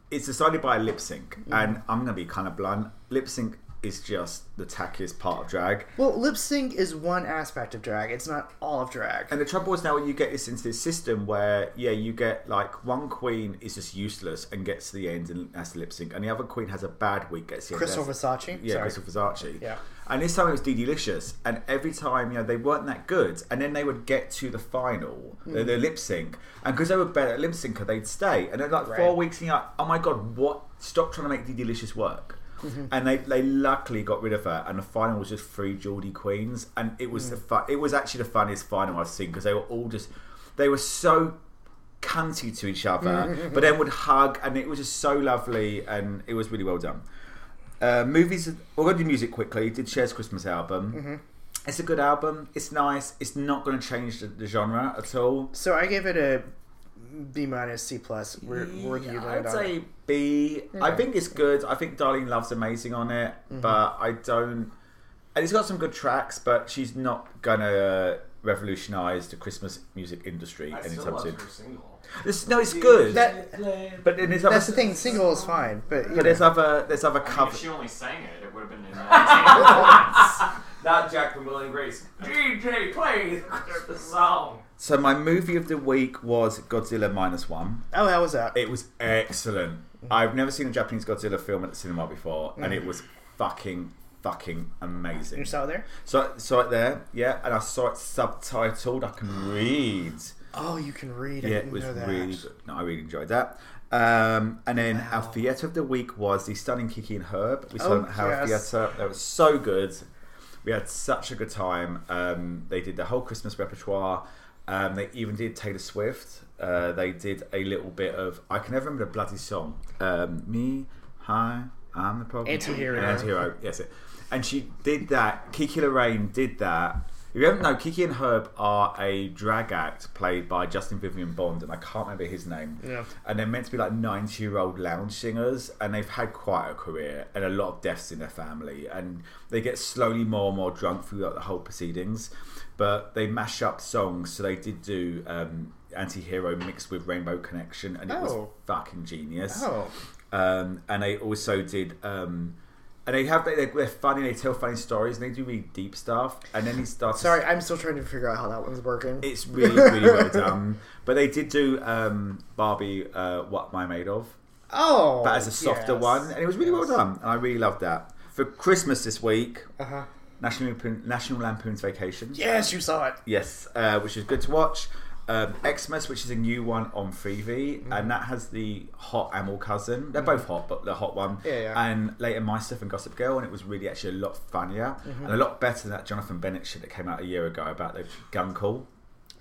Speaker 1: it's decided by a lip sync, and I'm going to be kind of blunt. Lip sync is just the tackiest part of drag.
Speaker 2: well, lip sync is one aspect of drag. It's not all of drag.
Speaker 1: And the trouble is now you get this into this system where yeah, you get like one queen is just useless and gets to the end and has to lip sync, and the other queen has a bad week gets the
Speaker 2: Crystal
Speaker 1: end. That's-
Speaker 2: Versace.
Speaker 1: Yeah,
Speaker 2: Sorry.
Speaker 1: Crystal Versace.
Speaker 2: Yeah.
Speaker 1: And this time it was D Delicious, and every time you know they weren't that good, and then they would get to the final,
Speaker 2: Hmm.
Speaker 1: the, the lip sync, and because they were better at lip syncer, they'd stay. And then like four
Speaker 2: Right.
Speaker 1: weeks, and you're like, oh my god, what? Stop trying to make D Delicious work. And they, they luckily got rid of her, and the final was just three Geordie queens, and it was the fun, it was actually the funniest final I've seen because they were all just they were so cunty to each other, but then would hug, and it was just so lovely, and it was really well done. Uh, movies. We're going to do music quickly. Did Cher's Christmas album. It's a good album. It's nice. It's not going to change the, the genre at all.
Speaker 2: So I gave it a B minus C plus. Where, where do you
Speaker 1: Yeah, I'd
Speaker 2: land on
Speaker 1: say
Speaker 2: it?
Speaker 1: B. I think it's good. I think Darlene Love's amazing on it,
Speaker 5: Mm-hmm.
Speaker 1: but I don't. And it's got some good tracks, but she's not gonna revolutionise the Christmas music industry
Speaker 5: I still
Speaker 1: anytime
Speaker 5: love
Speaker 1: soon.
Speaker 5: her single.
Speaker 1: It's, no, it's good.
Speaker 2: That-
Speaker 1: but then there's
Speaker 2: That's
Speaker 1: other,
Speaker 2: the thing. Single is fine, but you
Speaker 1: But
Speaker 2: know,
Speaker 1: there's other there's other
Speaker 4: I mean, if
Speaker 1: covers.
Speaker 4: she only sang it, it would have been in 19
Speaker 5: Not Jack from Will and Grace. DJ, play the song.
Speaker 1: So my movie of the week was Godzilla minus one.
Speaker 2: oh, how was that?
Speaker 1: It was excellent.
Speaker 2: Mm.
Speaker 1: I've never seen a Japanese Godzilla film at the cinema before, and it was fucking fucking amazing.
Speaker 2: you saw there?
Speaker 1: So saw it there, yeah, and I saw it subtitled. I can read.
Speaker 2: Oh, you can read. I
Speaker 1: Yeah,
Speaker 2: didn't
Speaker 1: it was
Speaker 2: know that.
Speaker 1: really good. No, I really enjoyed that. Um, and then our theatre of the week was the stunning Kiki and Herb. We saw
Speaker 2: Oh,
Speaker 1: them at our
Speaker 2: yes.
Speaker 1: theatre. That was so good. We had such a good time. Um, they did the whole Christmas repertoire. Um, they even did Taylor Swift. Uh, they did a little bit of I can never remember the bloody song. Um, me, hi, I'm the problem.
Speaker 2: Antihero.
Speaker 1: An Antihero. Yes. It. And she did that. Kiki Lorraine did that. If you haven't know, Kiki and Herb are a drag act played by Justin Vivian Bond, and I can't remember his name.
Speaker 2: Yeah.
Speaker 1: And they're meant to be like 90 year old lounge singers, and they've had quite a career and a lot of deaths in their family. And they get slowly more and more drunk throughout the whole proceedings, but they mash up songs. So they did do um, Anti Hero mixed with Rainbow Connection, and it was
Speaker 2: Oh.
Speaker 1: fucking genius.
Speaker 2: Oh,
Speaker 1: Um, and they also did um, and they have they, they- they're funny. They tell funny stories and they do really deep stuff. And then he starts.
Speaker 2: Sorry, I'm still trying to figure out how that one's working.
Speaker 1: It's really really well done. But they did do um, Barbie. Uh, what am I made of?
Speaker 2: Oh,
Speaker 1: But as a softer
Speaker 2: yes.
Speaker 1: one, and it was really
Speaker 2: Yes.
Speaker 1: well done. And I really loved that. For Christmas this week,
Speaker 2: Uh-huh.
Speaker 1: National Lampoon, National Lampoon's Vacation.
Speaker 2: Yes, you saw it.
Speaker 1: Yes, uh, which is good to watch. Um, Xmas, which is a new one on Freevee, and that has the hot Amel cousin. They're both hot, but the hot one.
Speaker 2: Yeah, yeah.
Speaker 1: And later, My Stuff and Gossip Girl, and it was really actually a lot funnier and a lot better than that Jonathan Bennett shit that came out a year ago about the gun call.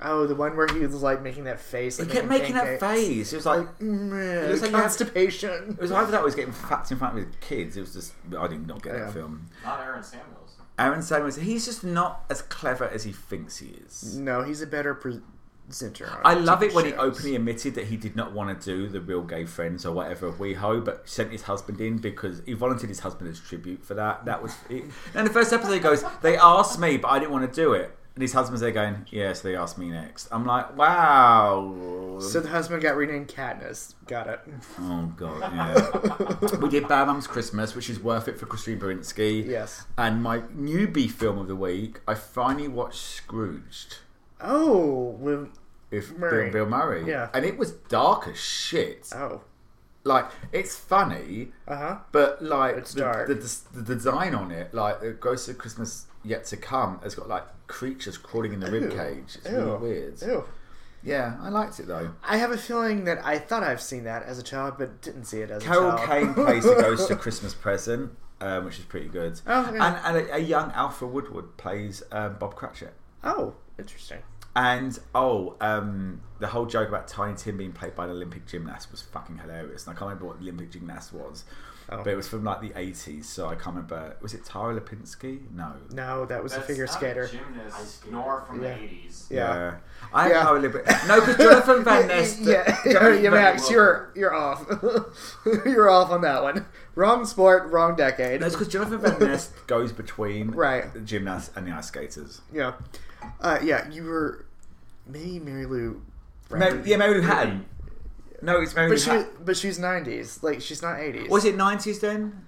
Speaker 2: Oh, the one where he was like making that face.
Speaker 1: He
Speaker 2: Like,
Speaker 1: kept making that
Speaker 2: pancakes.
Speaker 1: face. It was like
Speaker 2: Mm,
Speaker 1: It looks like you have-
Speaker 2: constipation.
Speaker 1: it was either that or he was getting fucked in front of his kids. It was just I did not get
Speaker 2: Yeah.
Speaker 1: that film.
Speaker 4: Not Aaron Samuels.
Speaker 1: Aaron Samuels, he's just not as clever as he thinks he is.
Speaker 2: No, he's a better presenter. on
Speaker 1: I love
Speaker 2: TV
Speaker 1: it when he
Speaker 2: shows.
Speaker 1: openly admitted that he did not want to do the real gay friends or whatever of WeHo, but sent his husband in because he volunteered his husband as tribute for that. That was. It. And the first episode he goes, "They asked me, but I didn't want to do it." And his husband's there going, "Yes, they asked me next." I'm like, "Wow."
Speaker 2: So the husband got renamed Katniss. Got it.
Speaker 1: oh god, yeah. we did Bad Moms Christmas, which is worth it for Christine Baranski.
Speaker 2: Yes.
Speaker 1: And my newbie film of the week, I finally watched Scrooged.
Speaker 2: Oh, when,
Speaker 1: If
Speaker 2: Murray.
Speaker 1: Bill, Bill Murray,
Speaker 2: Yeah.
Speaker 1: and it was dark as shit.
Speaker 2: oh,
Speaker 1: like it's funny
Speaker 2: uh huh.
Speaker 1: but like
Speaker 2: It's
Speaker 1: the,
Speaker 2: dark.
Speaker 1: The, the, the design on it like the ghost of christmas yet to come has got like creatures crawling in the rib
Speaker 2: Ew.
Speaker 1: cage it's
Speaker 2: Ew.
Speaker 1: really weird
Speaker 2: Ew.
Speaker 1: yeah i liked it though
Speaker 2: I have a feeling that I thought I've seen that as a child, but didn't see it as
Speaker 1: carol
Speaker 2: a child.
Speaker 1: kane plays the ghost of christmas present um, which is pretty good
Speaker 2: Oh, yeah.
Speaker 1: and, and a, a young alfred woodward plays um, bob cratchit
Speaker 2: Oh, interesting.
Speaker 1: and oh um, the whole joke about tiny tim being played by an olympic gymnast was fucking hilarious and i can't remember what the olympic gymnast was
Speaker 2: Oh.
Speaker 1: But it was from like the 80s, so I can't remember. Was it Tara Lipinski? No.
Speaker 2: No, that was
Speaker 4: That's
Speaker 2: a figure
Speaker 4: not
Speaker 2: skater.
Speaker 4: gymnast, nor from
Speaker 2: Yeah.
Speaker 4: the 80s.
Speaker 2: Yeah.
Speaker 1: I
Speaker 2: Yeah.
Speaker 1: yeah. know a little bit. No, because Jonathan Van Ness.
Speaker 2: Yeah, yeah,
Speaker 1: Jonathan
Speaker 2: yeah,
Speaker 1: Van-
Speaker 2: Max, you're you're off. you're off on that one. Wrong sport, wrong decade.
Speaker 1: No, it's because Jonathan Van Ness goes between
Speaker 2: Right.
Speaker 1: the gymnasts and the ice skaters.
Speaker 2: Yeah, uh, yeah, you were maybe Mary Lou.
Speaker 1: Ma-
Speaker 2: Retton.
Speaker 1: yeah, Mary Lou Hatton. No, it's Mary
Speaker 2: but
Speaker 1: Lou
Speaker 2: she
Speaker 1: Hatton.
Speaker 2: but she's nineties. Like she's not eighties.
Speaker 1: Was it 90s then?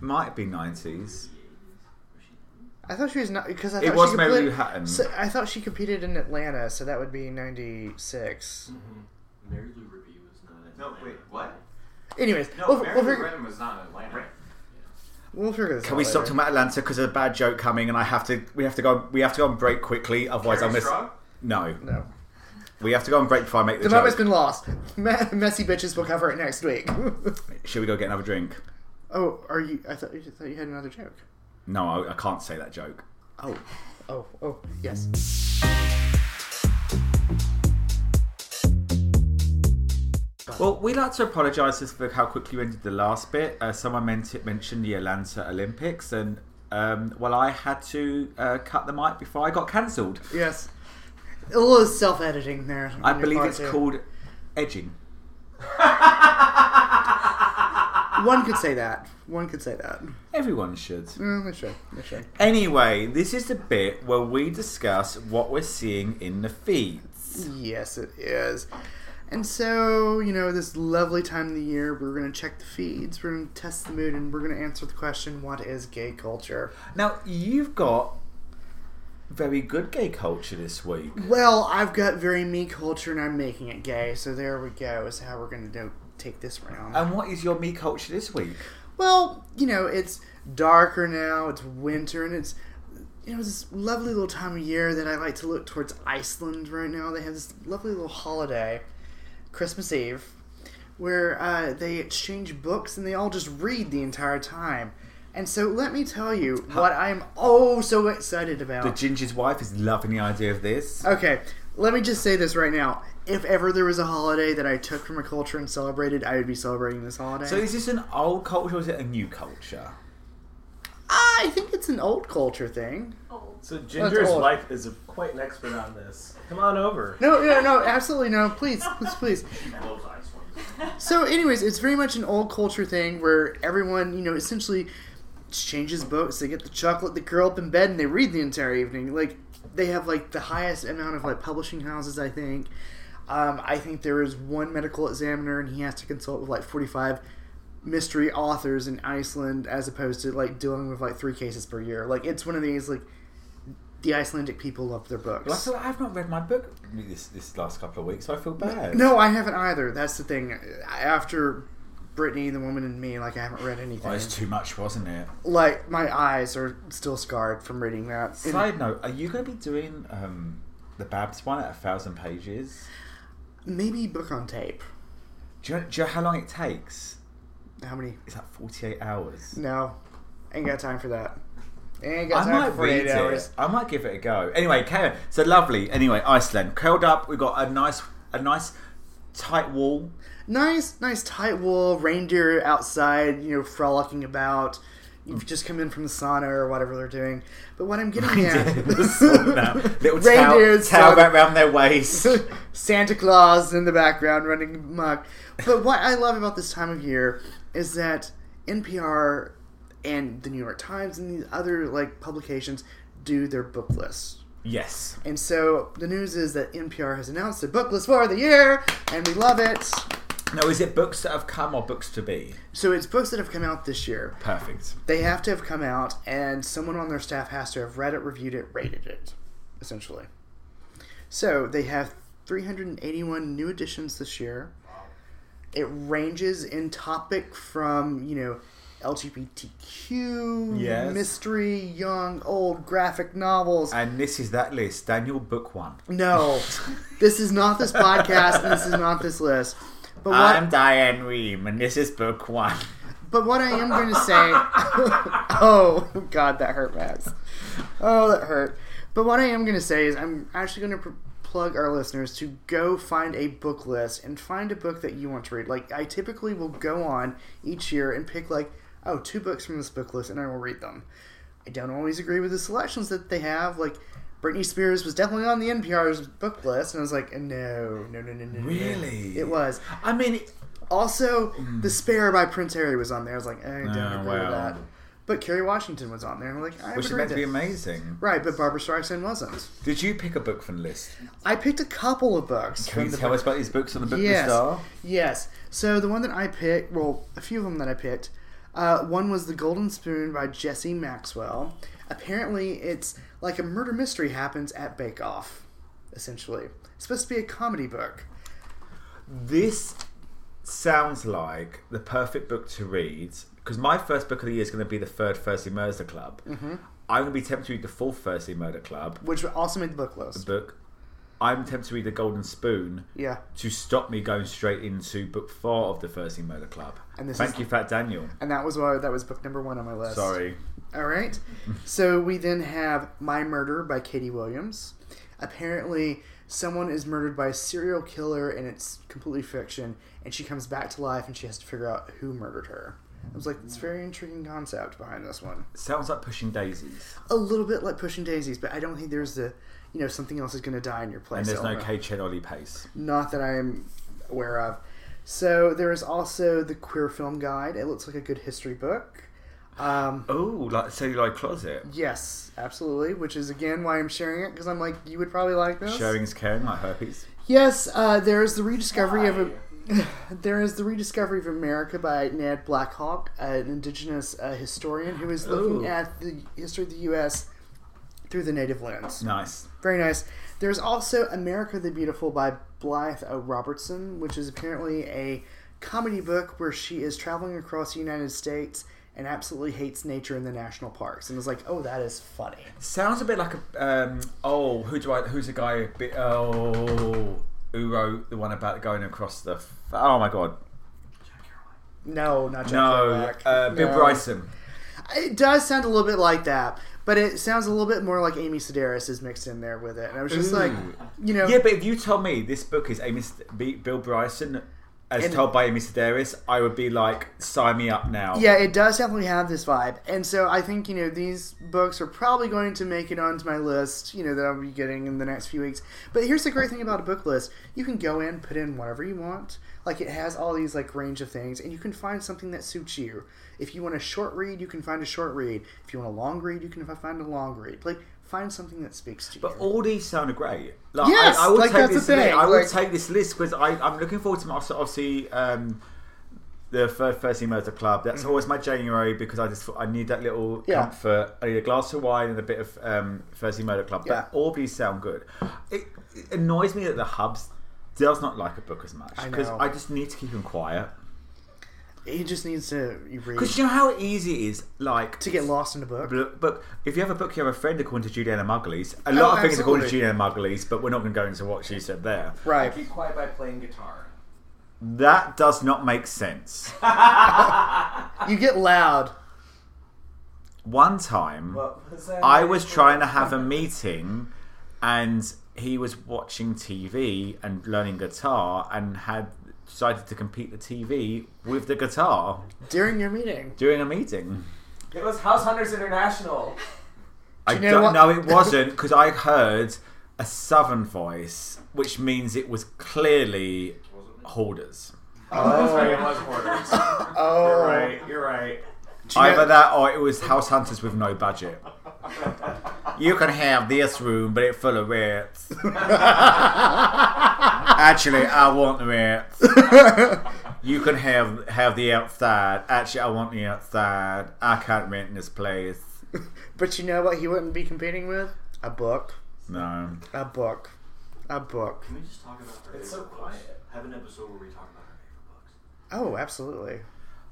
Speaker 1: Might be 90s.
Speaker 2: I thought she was not because I thought
Speaker 1: It was
Speaker 2: she
Speaker 1: Mary
Speaker 2: competi-
Speaker 1: Lou Hatton.
Speaker 2: So, I thought she competed in Atlanta, so that would be ninety six.
Speaker 6: Mary Lou Ruby was not. in
Speaker 4: No,
Speaker 6: Atlanta.
Speaker 4: wait, what?
Speaker 1: Mm-hmm.
Speaker 2: Anyways,
Speaker 4: No,
Speaker 2: we'll,
Speaker 4: Mary
Speaker 2: we'll,
Speaker 4: Lou
Speaker 2: figure,
Speaker 4: Retton was not in Atlanta.
Speaker 2: we'll figure this
Speaker 1: Can
Speaker 2: out.
Speaker 1: we stop
Speaker 2: later.
Speaker 1: talking about Atlanta because there's a bad joke coming and I have to. We have to go. We have to go on break quickly, otherwise
Speaker 4: Carrie
Speaker 1: I'm gonna.
Speaker 4: Straw?
Speaker 1: No,
Speaker 2: No,
Speaker 1: we have to go on break before I make the,
Speaker 2: the
Speaker 1: joke.
Speaker 2: moment's been lost. Me- messy bitches. We'll cover it next week.
Speaker 1: Should we go get another drink?
Speaker 2: oh, are you? I thought you thought you had another joke.
Speaker 1: No, I, I can't say that joke.
Speaker 2: Oh, oh, oh, yes.
Speaker 1: Well, we like to apologise just for how quickly we ended the last bit. Uh, someone meant it, mentioned the Atlanta Olympics, and um, well, I had to uh, cut the mic before I got cancelled.
Speaker 2: Yes. A little self editing there. on
Speaker 1: I
Speaker 2: your
Speaker 1: believe
Speaker 2: part,
Speaker 1: it's
Speaker 2: too.
Speaker 1: called edging.
Speaker 2: One could say that. One could say that.
Speaker 1: Everyone should.
Speaker 2: Mm, they should. They should.
Speaker 1: Anyway, this is the bit where we discuss what we're seeing in the feeds.
Speaker 2: Yes, it is. And so, you know, this lovely time of the year, we're going to check the feeds, we're going to test the mood, and we're going to answer the question what is gay culture?
Speaker 1: Now, you've got very good gay culture this week.
Speaker 2: Well, I've got very me culture and I'm making it gay, so there we go, is how we're going to do- take this round.
Speaker 1: And what is your me culture this week?
Speaker 2: Well, you know, it's darker now, it's winter, and it's you know, this lovely little time of year that I like to look towards Iceland right now. They have this lovely little holiday, Christmas Eve, where uh, they exchange books and they all just read the entire time. And so let me tell you what I am oh so excited about.
Speaker 1: The Ginger's wife is loving the idea of this.
Speaker 2: Okay, let me just say this right now. If ever there was a holiday that I took from a culture and celebrated, I would be celebrating this holiday.
Speaker 1: So is this an old culture or is it a new culture?
Speaker 2: I think it's an old culture thing.
Speaker 6: So
Speaker 2: That's
Speaker 6: Ginger's
Speaker 2: old.
Speaker 6: wife is a, quite an expert on this. Come on over.
Speaker 2: No, no, no, absolutely no. Please, please, please.
Speaker 4: She blows ice ones.
Speaker 2: So, anyways, it's very much an old culture thing where everyone, you know, essentially exchanges books. They get the chocolate, they curl up in bed, and they read the entire evening. Like, they have, like, the highest amount of, like, publishing houses, I think. Um, I think there is one medical examiner, and he has to consult with, like, 45 mystery authors in Iceland as opposed to like dealing with like three cases per year. Like it's one of these like the Icelandic people love their books.
Speaker 1: Well, I feel like I've not read my book this this last couple of weeks, so I feel bad.
Speaker 2: No, I haven't either. That's the thing. After Brittany, the woman, and me, like I haven't read anything.
Speaker 1: Well, it's too much, wasn't it?
Speaker 2: like my eyes are still scarred from reading that. And
Speaker 1: Side note: Are you going to be doing um, the Babs one at a thousand pages?
Speaker 2: maybe book on tape.
Speaker 1: Do you, know, do you know how long it takes?
Speaker 2: How many?
Speaker 1: It's like forty-eight hours.
Speaker 2: No, ain't got time for that. Ain't got
Speaker 1: I
Speaker 2: time
Speaker 1: might
Speaker 2: for forty-eight
Speaker 1: read
Speaker 2: hours.
Speaker 1: it. I might give it a go. Anyway, carry on. so lovely. Anyway, Iceland curled up. We got a nice, a nice tight wall.
Speaker 2: Nice, nice tight wool. Reindeer outside, you know, frolicking about. You've just come in from the sauna or whatever they're doing. But what I'm getting at,
Speaker 1: in the sauna. Little towel,
Speaker 2: reindeers,
Speaker 1: towel
Speaker 2: sauna.
Speaker 1: wrapped around their waist.
Speaker 2: Santa Claus in the background running amok. But what I love about this time of year is that NPR and the New York Times and these other like publications do their book lists.
Speaker 1: yes.
Speaker 2: And so the news is that NPR has announced their book list for the year, and we love it.
Speaker 1: Now, is it books that have come or books to be?
Speaker 2: So it's books that have come out this year.
Speaker 1: Perfect.
Speaker 2: They have to have come out, and someone on their staff has to have read it, reviewed it, rated it, essentially. So they have 381 new editions this year. It ranges in topic from, you know, LGBTQ,
Speaker 1: Yes.
Speaker 2: mystery, young, old, graphic novels.
Speaker 1: And this is that list. Daniel, book one.
Speaker 2: no, this is not this podcast, and this is not this list. But what,
Speaker 1: I'm Diane Reem, and this is book one.
Speaker 2: But what I am going to say, oh god, that hurt, Max. Oh, that hurt. But what I am going to say is, I'm actually going to pr- plug our listeners to go find a book list and find a book that you want to read. Like I typically will go on each year and pick like, oh, two books from this book list, and I will read them. I don't always agree with the selections that they have. Like Britney Spears was definitely on the NPR's book list, and I was like, no, no, no, no, no, no.
Speaker 1: Really?
Speaker 2: It was.
Speaker 1: I mean, it-
Speaker 2: Also, The Spare by Prince Harry was on there. I was like, eh, I don't
Speaker 1: Mm. Oh,
Speaker 2: agree
Speaker 1: wow.
Speaker 2: with that. But Kerry Washington was on there. I'm like, I
Speaker 1: which is
Speaker 2: would read
Speaker 1: meant to be
Speaker 2: this.
Speaker 1: amazing.
Speaker 2: Right, but Barbara Streisand wasn't.
Speaker 1: Did you pick a book from the list?
Speaker 2: I picked a couple of books.
Speaker 1: Can
Speaker 2: from
Speaker 1: you
Speaker 2: the
Speaker 1: tell
Speaker 2: book-
Speaker 1: us about these books on the book
Speaker 2: Yes.
Speaker 1: list are?
Speaker 2: Yes. So the one that I picked, well, a few of them that I picked, uh, one was The Golden Spoon by Jesse Maxwell. Apparently, it's like a murder mystery happens at Bake Off, essentially. It's supposed to be a comedy book.
Speaker 1: This sounds like the perfect book to read because my first book of the year is going to be the third Thursday Murder Club. Mm-hmm. I'm going to be tempted to read the fourth Thursday Murder Club
Speaker 2: Which also made the book list.
Speaker 1: book. I'm tempted to read The Golden Spoon
Speaker 2: Yeah.
Speaker 1: to stop me going straight into book four of the Thursday Murder Club.
Speaker 2: And this
Speaker 1: Thank
Speaker 2: is-
Speaker 1: you, Fat Daniel.
Speaker 2: And that was why that was book number one on my list.
Speaker 1: Sorry.
Speaker 2: All right. So we then have My Murder by Katie Williams. Apparently, someone is murdered by a serial killer and it's completely fiction, and she comes back to life and she has to figure out who murdered her. I was like, it's a very intriguing concept behind this one.
Speaker 1: Sounds like Pushing Daisies.
Speaker 2: A little bit like Pushing Daisies, but I don't think there's the, you know, something else is going to die in your place.
Speaker 1: And there's no
Speaker 2: element.
Speaker 1: K. Chen Ollie Pace.
Speaker 2: Not that I'm aware of. So there is also the Queer Film Guide. It looks like a good history book. Um,
Speaker 1: Oh, like Celluloid Closet.
Speaker 2: Yes, absolutely. Which is again why I'm sharing it because I'm like, you would probably like this.
Speaker 1: Sharing is caring, like herpes.
Speaker 2: Yes, uh, there is the rediscovery of a, there is the rediscovery of America by Ned Blackhawk, an indigenous uh, historian who is looking
Speaker 1: Ooh.
Speaker 2: at the history of the U.S. through the native lens.
Speaker 1: Nice.
Speaker 2: Very nice. There's also America the Beautiful by Blythe O. Robertson, which is apparently a comedy book where she is traveling across the United States and absolutely hates nature in the national parks. And is like, oh, that is funny.
Speaker 1: Sounds a bit like a um, oh who do I who's the guy a bit oh who wrote the one about going across the f- oh my god
Speaker 2: No, not Jack
Speaker 1: no
Speaker 2: Kerouac.
Speaker 1: uh, Bill
Speaker 2: No.
Speaker 1: Bryson
Speaker 2: It does sound a little bit like that, but it sounds a little bit more like Amy Sedaris is mixed in there with it. And I was just
Speaker 1: Ooh.
Speaker 2: like, you know,
Speaker 1: yeah but if you told me this book is Amy St- B- Bill Bryson as
Speaker 2: And-
Speaker 1: told by Amy Sedaris I would be like sign me up now
Speaker 2: Yeah, it does definitely have this vibe. And so I think, you know, these books are probably going to make it onto my list, you know, that I'll be getting in the next few weeks. But here's the great thing about a book list you can go in, put in whatever you want. Like, it has all these, like, range of things, and you can find something that suits you. If you want a short read, you can find a short read. If you want a long read, you can find a long read. Like, find something that speaks to
Speaker 1: but
Speaker 2: you.
Speaker 1: all these sounded great like,
Speaker 2: Yes,
Speaker 1: I, I would
Speaker 2: like,
Speaker 1: take
Speaker 2: that's the
Speaker 1: this list-
Speaker 2: thing,
Speaker 1: I would
Speaker 2: like-
Speaker 1: take this list because I'm looking forward to my, obviously um, the first, first Murder Club. That's always my January because I just thought I need that little
Speaker 2: Mm. Yeah.
Speaker 1: comfort. I need a glass of wine and a bit of um, Thursday Murder Club.
Speaker 2: Yeah.
Speaker 1: But all these sound good. It, it annoys me that the hubs does not like a book as much
Speaker 2: I
Speaker 1: because
Speaker 2: know.
Speaker 1: I, just need to keep them quiet.
Speaker 2: He just needs to you read
Speaker 1: Because you know how easy it is, like
Speaker 2: to get lost in a book.
Speaker 1: But, but if you have a book, you have a friend according to Juliana Mugglies. A lot of things according to
Speaker 2: absolutely.
Speaker 1: Juliana Mugglies, but we're not going to go into what she said there.
Speaker 2: Right.
Speaker 5: Keep quiet by playing guitar.
Speaker 1: That does not make sense.
Speaker 2: You get loud.
Speaker 1: One time,
Speaker 5: What was that?
Speaker 1: I was trying to have a meeting, and he was watching TV and learning guitar, and had decided to compete the TV with the guitar
Speaker 2: during your meeting.
Speaker 1: during a meeting.
Speaker 5: It was House Hunters International.
Speaker 1: I
Speaker 2: you know
Speaker 1: don't
Speaker 2: what-
Speaker 1: know it wasn't because I heard a southern voice, which means it was clearly Hoarders.
Speaker 4: That's right, it was Hoarders.
Speaker 2: Oh,
Speaker 5: You're right. You're right.
Speaker 2: Do you know-
Speaker 1: Either that or it was House Hunters with no budget. You can have this room, but it's full of rats. Actually, I want the rats. You can have have the outside. Actually, I want the outside. I can't rent in this place.
Speaker 2: but you know what? He wouldn't be competing with a book,
Speaker 1: No.
Speaker 2: a book, a book.
Speaker 6: Can we just talk about our
Speaker 5: It's so
Speaker 6: favorite books?
Speaker 5: quiet.
Speaker 6: Have an episode where we talk about our favorite books.
Speaker 2: Oh, absolutely.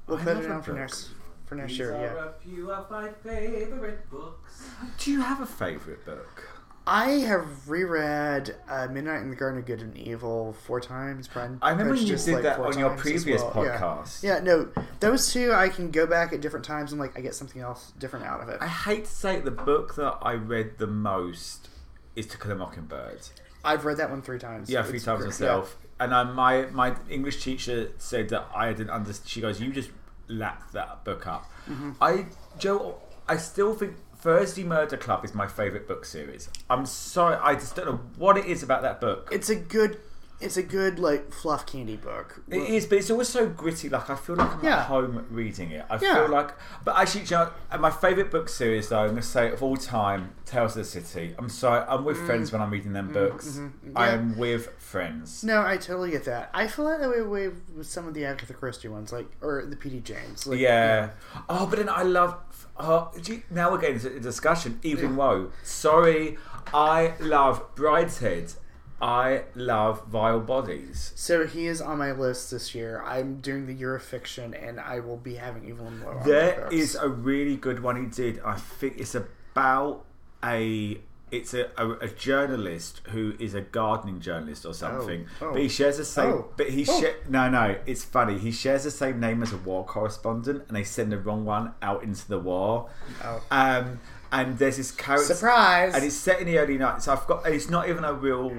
Speaker 2: We'll
Speaker 1: I
Speaker 2: put
Speaker 1: love
Speaker 2: it
Speaker 1: a
Speaker 2: on for
Speaker 1: book.
Speaker 2: next for next
Speaker 5: These
Speaker 2: year.
Speaker 5: are
Speaker 2: Yeah.
Speaker 5: a few of my favorite books.
Speaker 1: Do you have a favourite book?
Speaker 2: I have reread uh, Midnight in the Garden of Good and Evil four times. Prime
Speaker 1: I remember you
Speaker 2: Prejudice,
Speaker 1: did
Speaker 2: like,
Speaker 1: that
Speaker 2: four
Speaker 1: on your
Speaker 2: times as
Speaker 1: previous
Speaker 2: well. Yeah.
Speaker 1: podcast.
Speaker 2: Yeah, no, those two I can go back at different times and like I get something else different out of it.
Speaker 1: I hate to say it, the book that I read the most is To Kill a Mockingbird.
Speaker 2: I've read that one three times.
Speaker 1: Yeah, three
Speaker 2: It's
Speaker 1: times
Speaker 2: great.
Speaker 1: myself. And I, my my English teacher said that I didn't understand. She goes, "You just lapped that book up."
Speaker 2: Mm-hmm.
Speaker 1: I Joe, I still think Thursday Murder Club is my favorite book series. I'm sorry, I just don't know what it is about that book.
Speaker 2: Yeah. It's a good, it's a good like fluff candy book.
Speaker 1: It is, but it's always so gritty. Like I feel like I'm
Speaker 2: Yeah.
Speaker 1: at home reading it. I
Speaker 2: Yeah.
Speaker 1: feel like, but actually, do you know, and my favorite book series though, I'm gonna say of all time, Tales of the City. I'm sorry, I'm with friends when I'm reading them books. I
Speaker 2: Yeah.
Speaker 1: am with friends.
Speaker 2: No, I totally get that. I feel that way way with some of the Agatha Christie ones, like or the P.D. James. Like,
Speaker 1: Yeah. Oh, but then I love. Oh, do you- now we're getting into a discussion. Evening Woe. Sorry, I love Brideshead. I love Vile Bodies.
Speaker 2: So he is on my list this year. I'm doing the year of fiction, and I will be having Evelyn Lowe. on my
Speaker 1: There
Speaker 2: books.
Speaker 1: is a really good one he did. I think it's about a. It's a, a, a journalist who is a gardening journalist or something,
Speaker 2: Oh, oh.
Speaker 1: but he shares the same.
Speaker 2: Oh,
Speaker 1: But he
Speaker 2: oh.
Speaker 1: sha- no no, it's funny. He shares the same name as a war correspondent, and they send the wrong one out into the war.
Speaker 2: Oh.
Speaker 1: Um, and there's this character
Speaker 2: surprise.
Speaker 1: and it's set in the early 90s. So I've got. It's not even a real.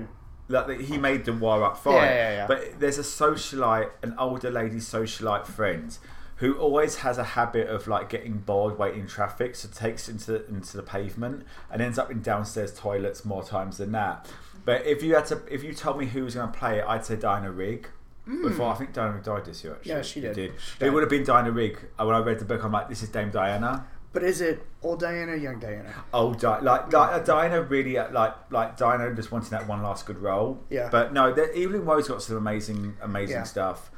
Speaker 1: Like he made the wire up fine,
Speaker 2: Yeah, yeah, yeah.
Speaker 1: but there's a socialite, an older lady socialite friend, who always has a habit of like getting bored waiting in traffic, so takes into into the pavement and ends up in downstairs toilets more times than that. But if you had to, if you told me who was going to play it, I'd say Diana Rigg. Before I think Diana Rigg died this year. Actually,
Speaker 2: Hmm. Yeah, she did. She
Speaker 1: But It
Speaker 2: died.
Speaker 1: would have been Diana Rigg. And When I read the book, I'm like, this is Dame Diana.
Speaker 2: but is it old Diana, young Diana?
Speaker 1: Oh, Di- like Di- Diana really uh, like like Diana just wanting that one last good role.
Speaker 2: Yeah.
Speaker 1: But no, the, Evelyn Woe's got some amazing amazing
Speaker 2: Yeah.
Speaker 1: stuff.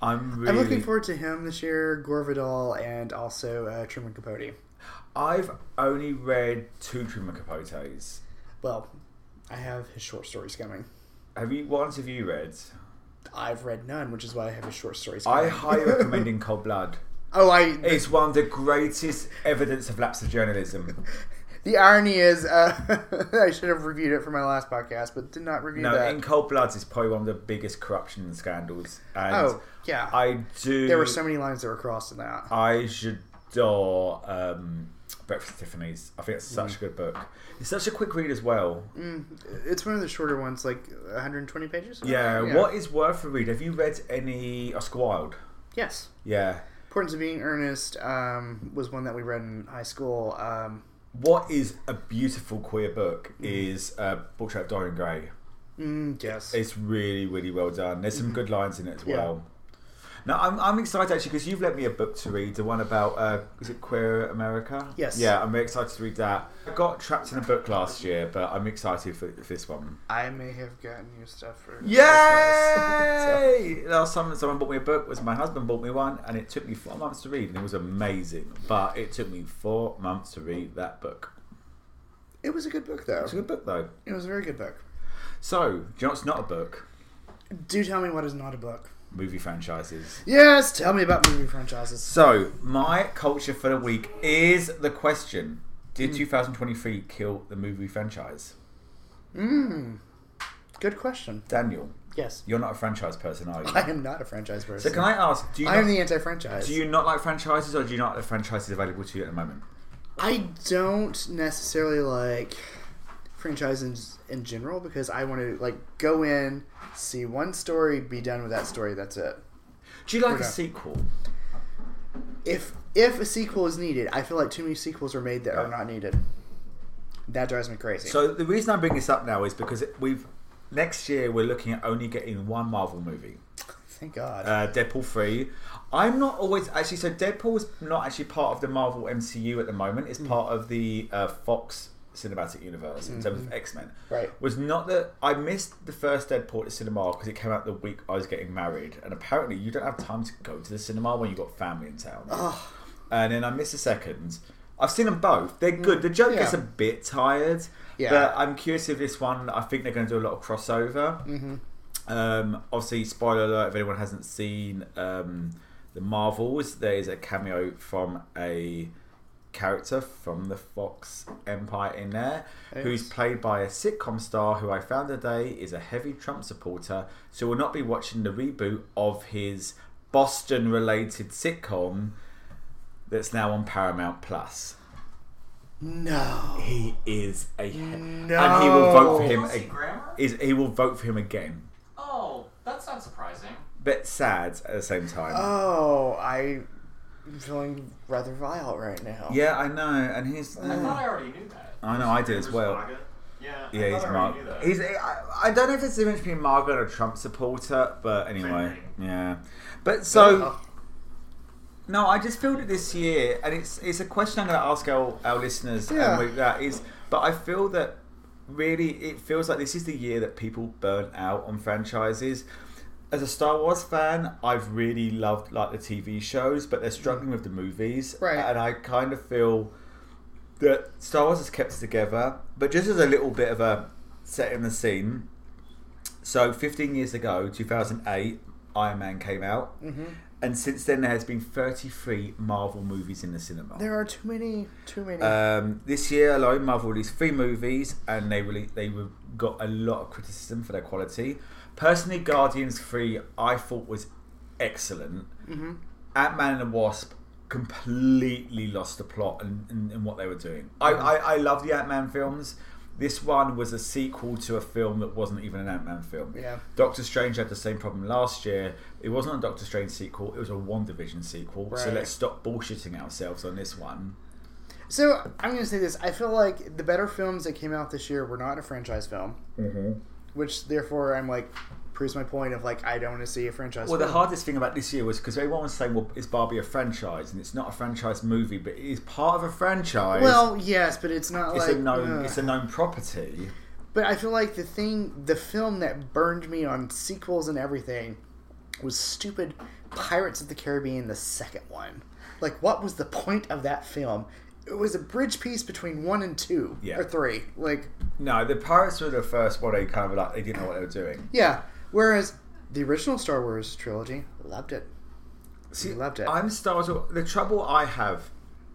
Speaker 1: I'm really.
Speaker 2: I'm looking forward to him this year, Gore Vidal, and also uh, Truman Capote.
Speaker 1: I've only read two Truman Capotes.
Speaker 2: Well, I have his short stories coming.
Speaker 1: Have you? What ones have you read?
Speaker 2: I've read none, which is why I have his short stories. Coming.
Speaker 1: I highly recommend In Cold Blood.
Speaker 2: oh, I.
Speaker 1: It's one of the greatest evidence of lapse of journalism.
Speaker 2: The irony is, uh, I should have reviewed it for my last podcast, but did not review
Speaker 1: No,
Speaker 2: that.
Speaker 1: In Cold Blood is probably one of the biggest corruption and scandals. And
Speaker 2: oh, yeah.
Speaker 1: I do.
Speaker 2: there were so many lines that were crossed in that.
Speaker 1: I should adore um, Breakfast at Tiffany's. I think it's such
Speaker 2: Mm.
Speaker 1: a good book. It's such a quick read as well.
Speaker 2: It's one of the shorter ones, like 120 pages.
Speaker 1: Yeah, What is worth a read? Have you read any Oscar Wilde?
Speaker 2: Yes.
Speaker 1: Yeah.
Speaker 2: Importance of Being Earnest um, was one that we read in high school. Um,
Speaker 1: What is a beautiful queer book is uh, Portrait of Dorian Gray.
Speaker 2: mm, yes.
Speaker 1: It's really, really well done. There's some good lines in it as
Speaker 2: Mm. Yeah.
Speaker 1: well. No, I'm, I'm excited actually because you've lent me a book to read, the one about uh, is it Queer America?
Speaker 2: Yes.
Speaker 1: Yeah, I'm very excited to read that. I got trapped in a book last year, but I'm excited for, for this one.
Speaker 2: I may have gotten you stuff for Christmas.
Speaker 1: Yay! Last time someone bought me a book was my husband bought me one, and it took me four months to read, and it was amazing. But it took me four months to read that book.
Speaker 2: So, it was a good book, though.
Speaker 1: It's a good book though.
Speaker 2: It was a very good book.
Speaker 1: So, do you know what's not a book?
Speaker 2: Do tell me what is not a book.
Speaker 1: Movie franchises.
Speaker 2: Yes, tell me about movie franchises.
Speaker 1: So, my culture for the week is the question:
Speaker 2: Hmm.
Speaker 1: Did 2023 kill the movie franchise?
Speaker 2: Mmm. Good question.
Speaker 1: Daniel,
Speaker 2: Yes.
Speaker 1: you're not a franchise person, are you?
Speaker 2: I am not a franchise person.
Speaker 1: So, can I ask? Do you
Speaker 2: I am
Speaker 1: not,
Speaker 2: the anti-franchise.
Speaker 1: do you not like franchises, or do you not like the franchises available to you at the moment?
Speaker 2: I don't necessarily like franchises in general because I want to like go in, see one story, be done with that story. That's it.
Speaker 1: Do you like
Speaker 2: We're
Speaker 1: a
Speaker 2: not.
Speaker 1: sequel?
Speaker 2: If if a sequel is needed, I feel like too many sequels are made that are not needed. That drives me crazy.
Speaker 1: So the reason I bring this up now is because we've next year we're looking at only getting one Marvel movie,
Speaker 2: Thank God.
Speaker 1: uh, Deadpool three. I'm not always actually so Deadpool's not actually part of the Marvel MCU at the moment. It's part of the uh, Fox cinematic universe in terms of X Men.
Speaker 2: Right.
Speaker 1: Was not that I missed the first Deadpool at the cinema because it came out the week I was getting married, and apparently you don't have time to go to the cinema when you've got family in town.
Speaker 2: Ugh.
Speaker 1: and then I missed the second. I've seen them both. They're good. The joke
Speaker 2: Mm. yeah.
Speaker 1: gets a bit tired.
Speaker 2: Yeah.
Speaker 1: But I'm curious if this one, I think they're going to do a lot of crossover. Mm-hmm. Um, obviously, spoiler alert if anyone hasn't seen um, the Marvels, there is a cameo from a character from the Fox Empire in there who's
Speaker 2: Yes.
Speaker 1: played by a sitcom star who I found today is a heavy Trump supporter, so will not be watching the reboot of his Boston related sitcom that's now on Paramount Plus.
Speaker 2: no.
Speaker 1: He is a he- and he will
Speaker 2: No.
Speaker 1: vote for him.
Speaker 4: Kelsey
Speaker 1: ag-
Speaker 4: Grammer?
Speaker 1: Is he will vote for him again,
Speaker 4: Oh, that's not surprising.
Speaker 1: but sad at the same time.
Speaker 2: Oh, I'm feeling rather vile right now.
Speaker 1: yeah, I know, and he's. uh,
Speaker 4: I thought I already knew that.
Speaker 1: I know, I did as well.
Speaker 6: Saga?
Speaker 4: Yeah, I
Speaker 1: Yeah,
Speaker 4: thought
Speaker 1: he's
Speaker 4: I already
Speaker 1: Mark.
Speaker 4: knew that.
Speaker 1: He's. I, I don't know if it's the difference between Margaret or a Trump supporter, but anyway, yeah. But so.
Speaker 2: Oh,
Speaker 1: No, I just feel that this year, and it's it's a question I'm going to ask our, our listeners,
Speaker 2: Yeah.
Speaker 1: and with that is, but I feel that really it feels like this is the year that people burn out on franchises. As a Star Wars fan, I've really loved like the TV shows, but they're struggling with the movies,
Speaker 2: Right.
Speaker 1: And I kind of feel that Star Wars has kept us together, but just as a little bit of a setting the scene. So, 15 years ago, 2008, Iron Man came out.
Speaker 2: Mm-hmm.
Speaker 1: And since then, there has been 33 Marvel movies in the cinema.
Speaker 2: there are too many, too many.
Speaker 1: Um, this year alone, Marvel released three movies, and they really they were, got a lot of criticism for their quality. Personally, Guardians Three I thought was excellent. Ant Man and the Wasp completely lost the plot and, and, and what they were doing. I, I, I love the Ant Man films. This one was a sequel to a film that wasn't even an Ant Man film.
Speaker 2: Yeah.
Speaker 1: Doctor Strange had the same problem last year. It wasn't a Doctor Strange sequel, it was a WandaVision sequel. So
Speaker 2: Right.
Speaker 1: let's stop bullshitting ourselves on this one.
Speaker 2: So I'm going to say this. I feel like the better films that came out this year were not a franchise film,
Speaker 1: Mm-hmm.
Speaker 2: which therefore I'm like proves my point of like I don't want to see a franchise.
Speaker 1: Well, the
Speaker 2: film.
Speaker 1: hardest thing about this year was because everyone was saying, "Well, is Barbie a franchise?" And it's not a franchise movie, but it is part of a franchise.
Speaker 2: well, yes, but it's not
Speaker 1: it's
Speaker 2: like
Speaker 1: a known,
Speaker 2: ugh.
Speaker 1: it's a known property.
Speaker 2: But I feel like the thing, the film that burned me on sequels and everything was stupid Pirates of the Caribbean, the second one. Like, what was the point of that film? It was a bridge piece between one and two
Speaker 1: Yeah.
Speaker 2: or three. Like,
Speaker 1: No, the pirates were the first one. They kind of like they didn't know what they were doing.
Speaker 2: yeah. Whereas the original Star Wars trilogy loved it.
Speaker 1: See,
Speaker 2: loved it.
Speaker 1: I'm startled. The trouble I have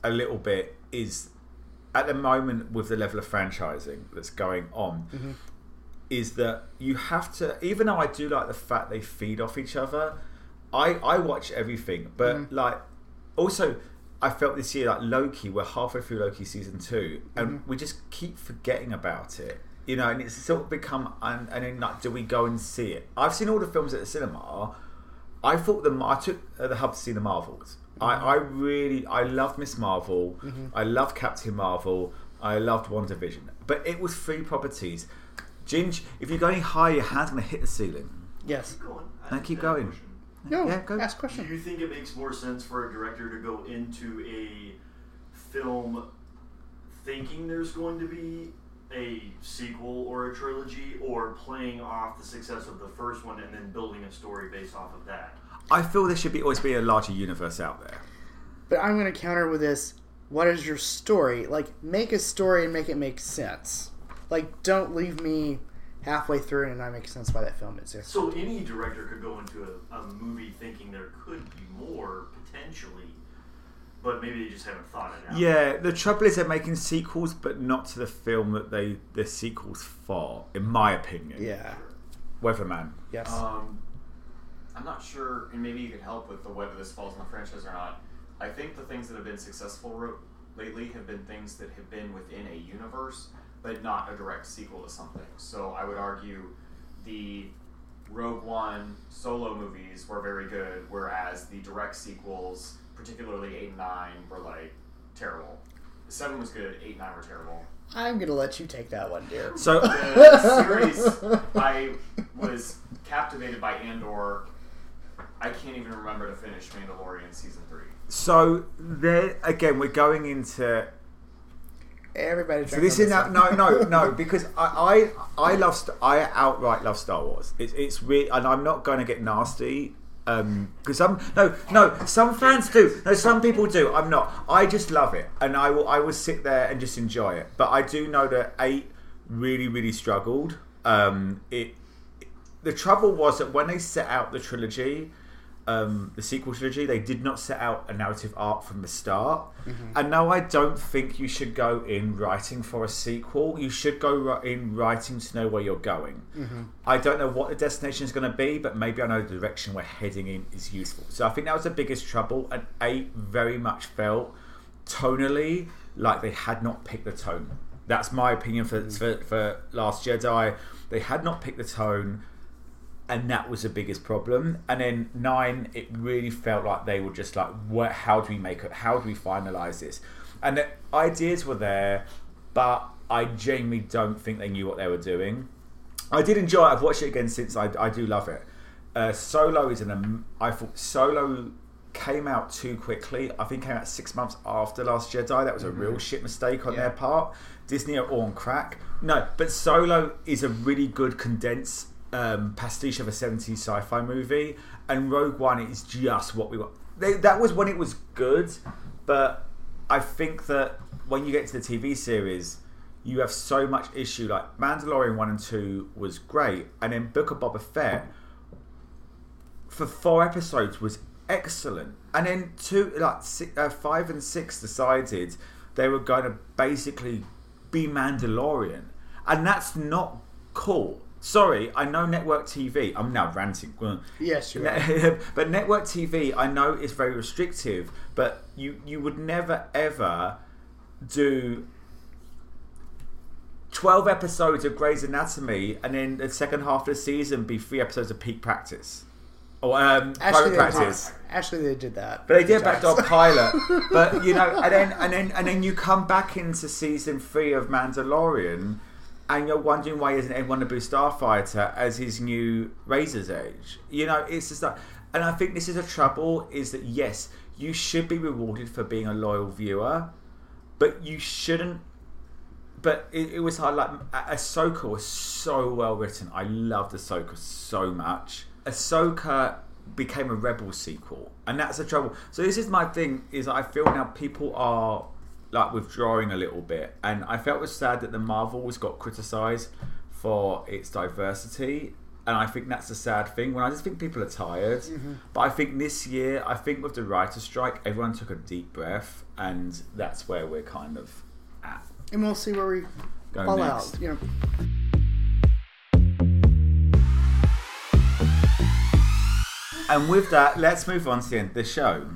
Speaker 1: a little bit is at the moment with the level of franchising that's going on.
Speaker 2: Mm-hmm.
Speaker 1: Is that you have to, even though I do like the fact they feed off each other, I, I watch everything, but
Speaker 2: Mm.
Speaker 1: like also I felt this year like Loki, we're halfway through Loki season two, and
Speaker 2: Mm-hmm.
Speaker 1: we just keep forgetting about it. You know, and it's sort of become and, and then like, do we go and see it? I've seen all the films at the cinema. I thought the I took uh, the hub to see the Marvels. I,
Speaker 2: Mm-hmm.
Speaker 1: I really I loved Miss Marvel. I loved Captain Marvel. I loved WandaVision. But it was three properties. Ginge, if you go any higher, your hand's gonna hit the ceiling.
Speaker 2: Yes.
Speaker 6: Keep going.
Speaker 1: No,
Speaker 6: did
Speaker 1: keep
Speaker 6: that
Speaker 1: going.
Speaker 6: motion.
Speaker 2: No,
Speaker 1: Yeah, go-
Speaker 2: ask
Speaker 6: Do
Speaker 2: question.
Speaker 6: you think it makes more sense for a director to go into a film thinking there's going to be a sequel or a trilogy, or playing off the success of the first one and then building a story based off of that?
Speaker 1: I feel there should be always be a larger universe out there.
Speaker 2: But I'm going to counter with this. What is your story? Like, make a story and make it make sense. Like, don't leave me halfway through and not make sense why that film exists.
Speaker 6: So any director could go into a, a movie thinking there could be more potentially, but maybe they just haven't thought it out.
Speaker 1: Yeah, the trouble is they're making sequels, but not to the film that they the sequels for. In my opinion,
Speaker 2: Yeah.
Speaker 1: Weatherman.
Speaker 2: Yes.
Speaker 4: Um, I'm not sure, and maybe you could help with the whether this falls in the franchise or not. I think the things that have been successful ro- lately have been things that have been within a universe, but not a direct sequel to something. So I would argue the Rogue One solo movies were very good, whereas the direct sequels, particularly 8 and 9, were like terrible. 7 was good, 8 and 9 were terrible.
Speaker 2: I'm going to let you take that one, dear.
Speaker 1: So
Speaker 4: The series, I was captivated by Andor. I can't even remember to finish Mandalorian season three.
Speaker 1: so there again, we're going into
Speaker 2: Everybody.
Speaker 1: So this is now, no, no, no, because I, I, I love, St- I outright love Star Wars. It's, it's re- and I'm not going to get nasty, um, because some, no, no, some fans do, no, some people do. I'm not. I just love it, and I will, I will sit there and just enjoy it. But I do know that eight really, really struggled. Um, it, the trouble was that when they set out the trilogy, um, the sequel trilogy, they did not set out a narrative arc from the start. And now I don't think you should go in writing for a sequel. You should go ri- in writing to know where you're going. I don't know what the destination is going to be, but maybe I know the direction we're heading in is useful. So I think that was the biggest trouble. And eight very much felt tonally like they had not picked the tone. That's my opinion for, for, for Last Jedi. They had not picked the tone and that was the biggest problem. And then nine, it really felt like they were just like, what, how do we make it? How do we finalize this? And the ideas were there, but I genuinely don't think they knew what they were doing. I did enjoy it. I've watched it again since. I, I do love it. Uh, Solo is an. am- I thought Solo came out too quickly. I think it came out six months after Last Jedi. That was a real shit mistake on their part. Disney are all on crack. No, but Solo is a really good condensed um, pastiche of a 70s sci-fi movie, and Rogue One is just what we want. They, that was when it was good, but I think that when you get to the TV series, you have so much issue. Like Mandalorian one and two was great, and then Book of Boba Fett for four episodes was excellent, and then two like si uh, five and six decided they were going to basically be Mandalorian, and that's not cool. Sorry, I know network TV. I'm now ranting.
Speaker 2: Yes, you are.
Speaker 1: but network TV, I know, is very restrictive. But you you would never ever do 12 episodes of Grey's Anatomy and then the second half of the season be three episodes of Peak Practice. Or um,
Speaker 2: Actually,
Speaker 1: Private
Speaker 2: they
Speaker 1: Practice.
Speaker 2: Did, actually, they did that.
Speaker 1: But they did
Speaker 2: Sometimes.
Speaker 1: Backdoor Pilot. But, you know, and then, and, then, and then you come back into season three of Mandalorian and you're wondering why isn't everyone a Boo Starfighter as his new Razor's Edge? You know, it's just like... And I think this is a trouble, is that, yes, you should be rewarded for being a loyal viewer, but you shouldn't but it, it was hard. Like Ah- Ahsoka was so well written. I loved Ahsoka so much. Ahsoka became a Rebel sequel, and that's the trouble. So this is my thing: is I feel now people are like withdrawing a little bit, and I felt it was sad that the Marvels got criticised for its diversity. And I think that's a sad thing. When I just think people are tired, but I think this year, I think with the writer strike, everyone took a deep breath, and that's where we're kind of at.
Speaker 2: And we'll see where we
Speaker 1: Go
Speaker 2: fall
Speaker 1: next.
Speaker 2: out. You know.
Speaker 1: And with that, let's move on to the end of the show.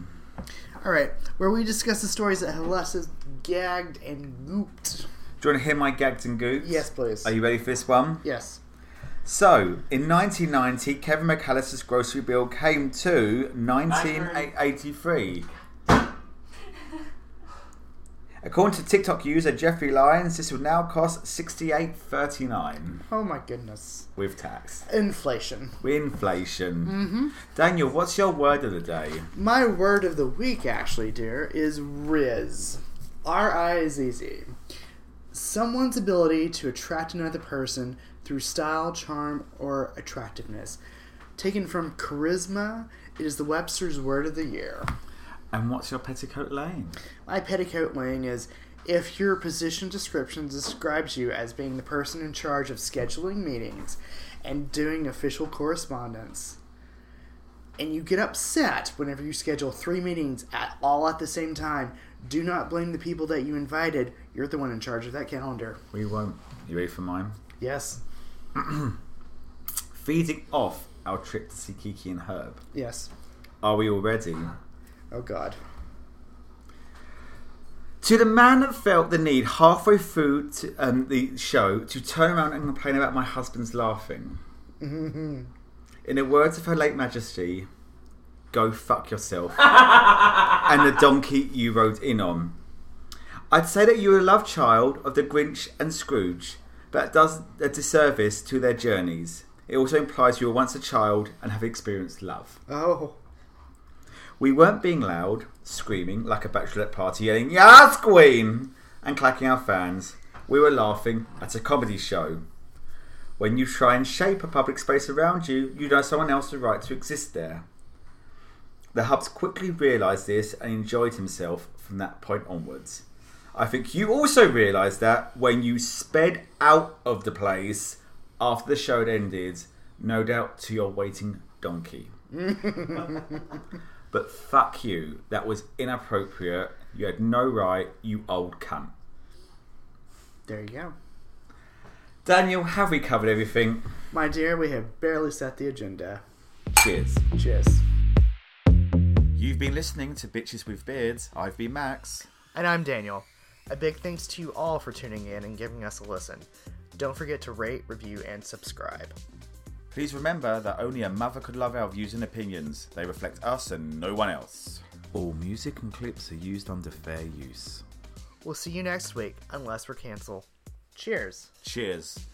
Speaker 2: All right, where we discuss the stories that Hellas has gagged and gooped.
Speaker 1: Do you want to hear my gags and goops?
Speaker 2: Yes, please.
Speaker 1: Are you ready for this one?
Speaker 2: Yes.
Speaker 1: So, in 1990, Kevin McAllister's grocery bill came to 1983. According to TikTok user Jeffrey Lyons, this would now cost sixty-eight thirty-nine
Speaker 2: Oh my goodness.
Speaker 1: with tax,
Speaker 2: Inflation.
Speaker 1: with inflation.
Speaker 2: Mm-hmm.
Speaker 1: Daniel, what's your word of the day?
Speaker 2: My word of the week, actually, dear, is Riz. R I Z Z. Someone's ability to attract another person through style, charm, or attractiveness. Taken from charisma, it is the Webster's word of the year.
Speaker 1: And what's your petticoat lane?
Speaker 2: My petticoat lane is if your position description describes you as being the person in charge of scheduling meetings and doing official correspondence, and you get upset whenever you schedule three meetings at all at the same time, do not blame the people that you invited. You're the one in charge of that calendar.
Speaker 1: We won't. You ready for mine?
Speaker 2: Yes.
Speaker 1: Feeding off our trip to see Kiki and Herb.
Speaker 2: Yes.
Speaker 1: Are we all ready?
Speaker 2: Oh, God.
Speaker 1: To the man that felt the need halfway through to, um, the show to turn around and complain about my husband's laughing. In the words of Her Late Majesty, go fuck yourself. and the donkey you rode in on. I'd say that you are a love child of the Grinch and Scrooge, but that does a disservice to their journeys. It also implies you were once a child and have experienced love.
Speaker 2: Oh.
Speaker 1: We weren't being loud, screaming like a bachelorette party, yelling, Yas, Queen! and clacking our fans. We were laughing at a comedy show. When you try and shape a public space around you, you know someone else the right to exist there. The Hubs quickly realised this and enjoyed himself from that point onwards. I think you also realised that when you sped out of the place after the show had ended, no doubt to your waiting donkey. But fuck you. That was inappropriate. You had no right, you old cunt.
Speaker 2: There you go.
Speaker 1: Daniel, have we covered everything?
Speaker 2: My dear, we have barely set the agenda.
Speaker 1: Cheers.
Speaker 2: Cheers.
Speaker 1: You've been listening to Bitches with Beards. I've been Max.
Speaker 2: And I'm Daniel. A big thanks to you all for tuning in and giving us a listen. Don't forget to rate, review, and subscribe.
Speaker 1: Please remember that only a mother could love our views and opinions. They reflect us and no one else. All music and clips are used under fair use.
Speaker 2: We'll see you next week, unless we're canceled. Cheers.
Speaker 1: Cheers.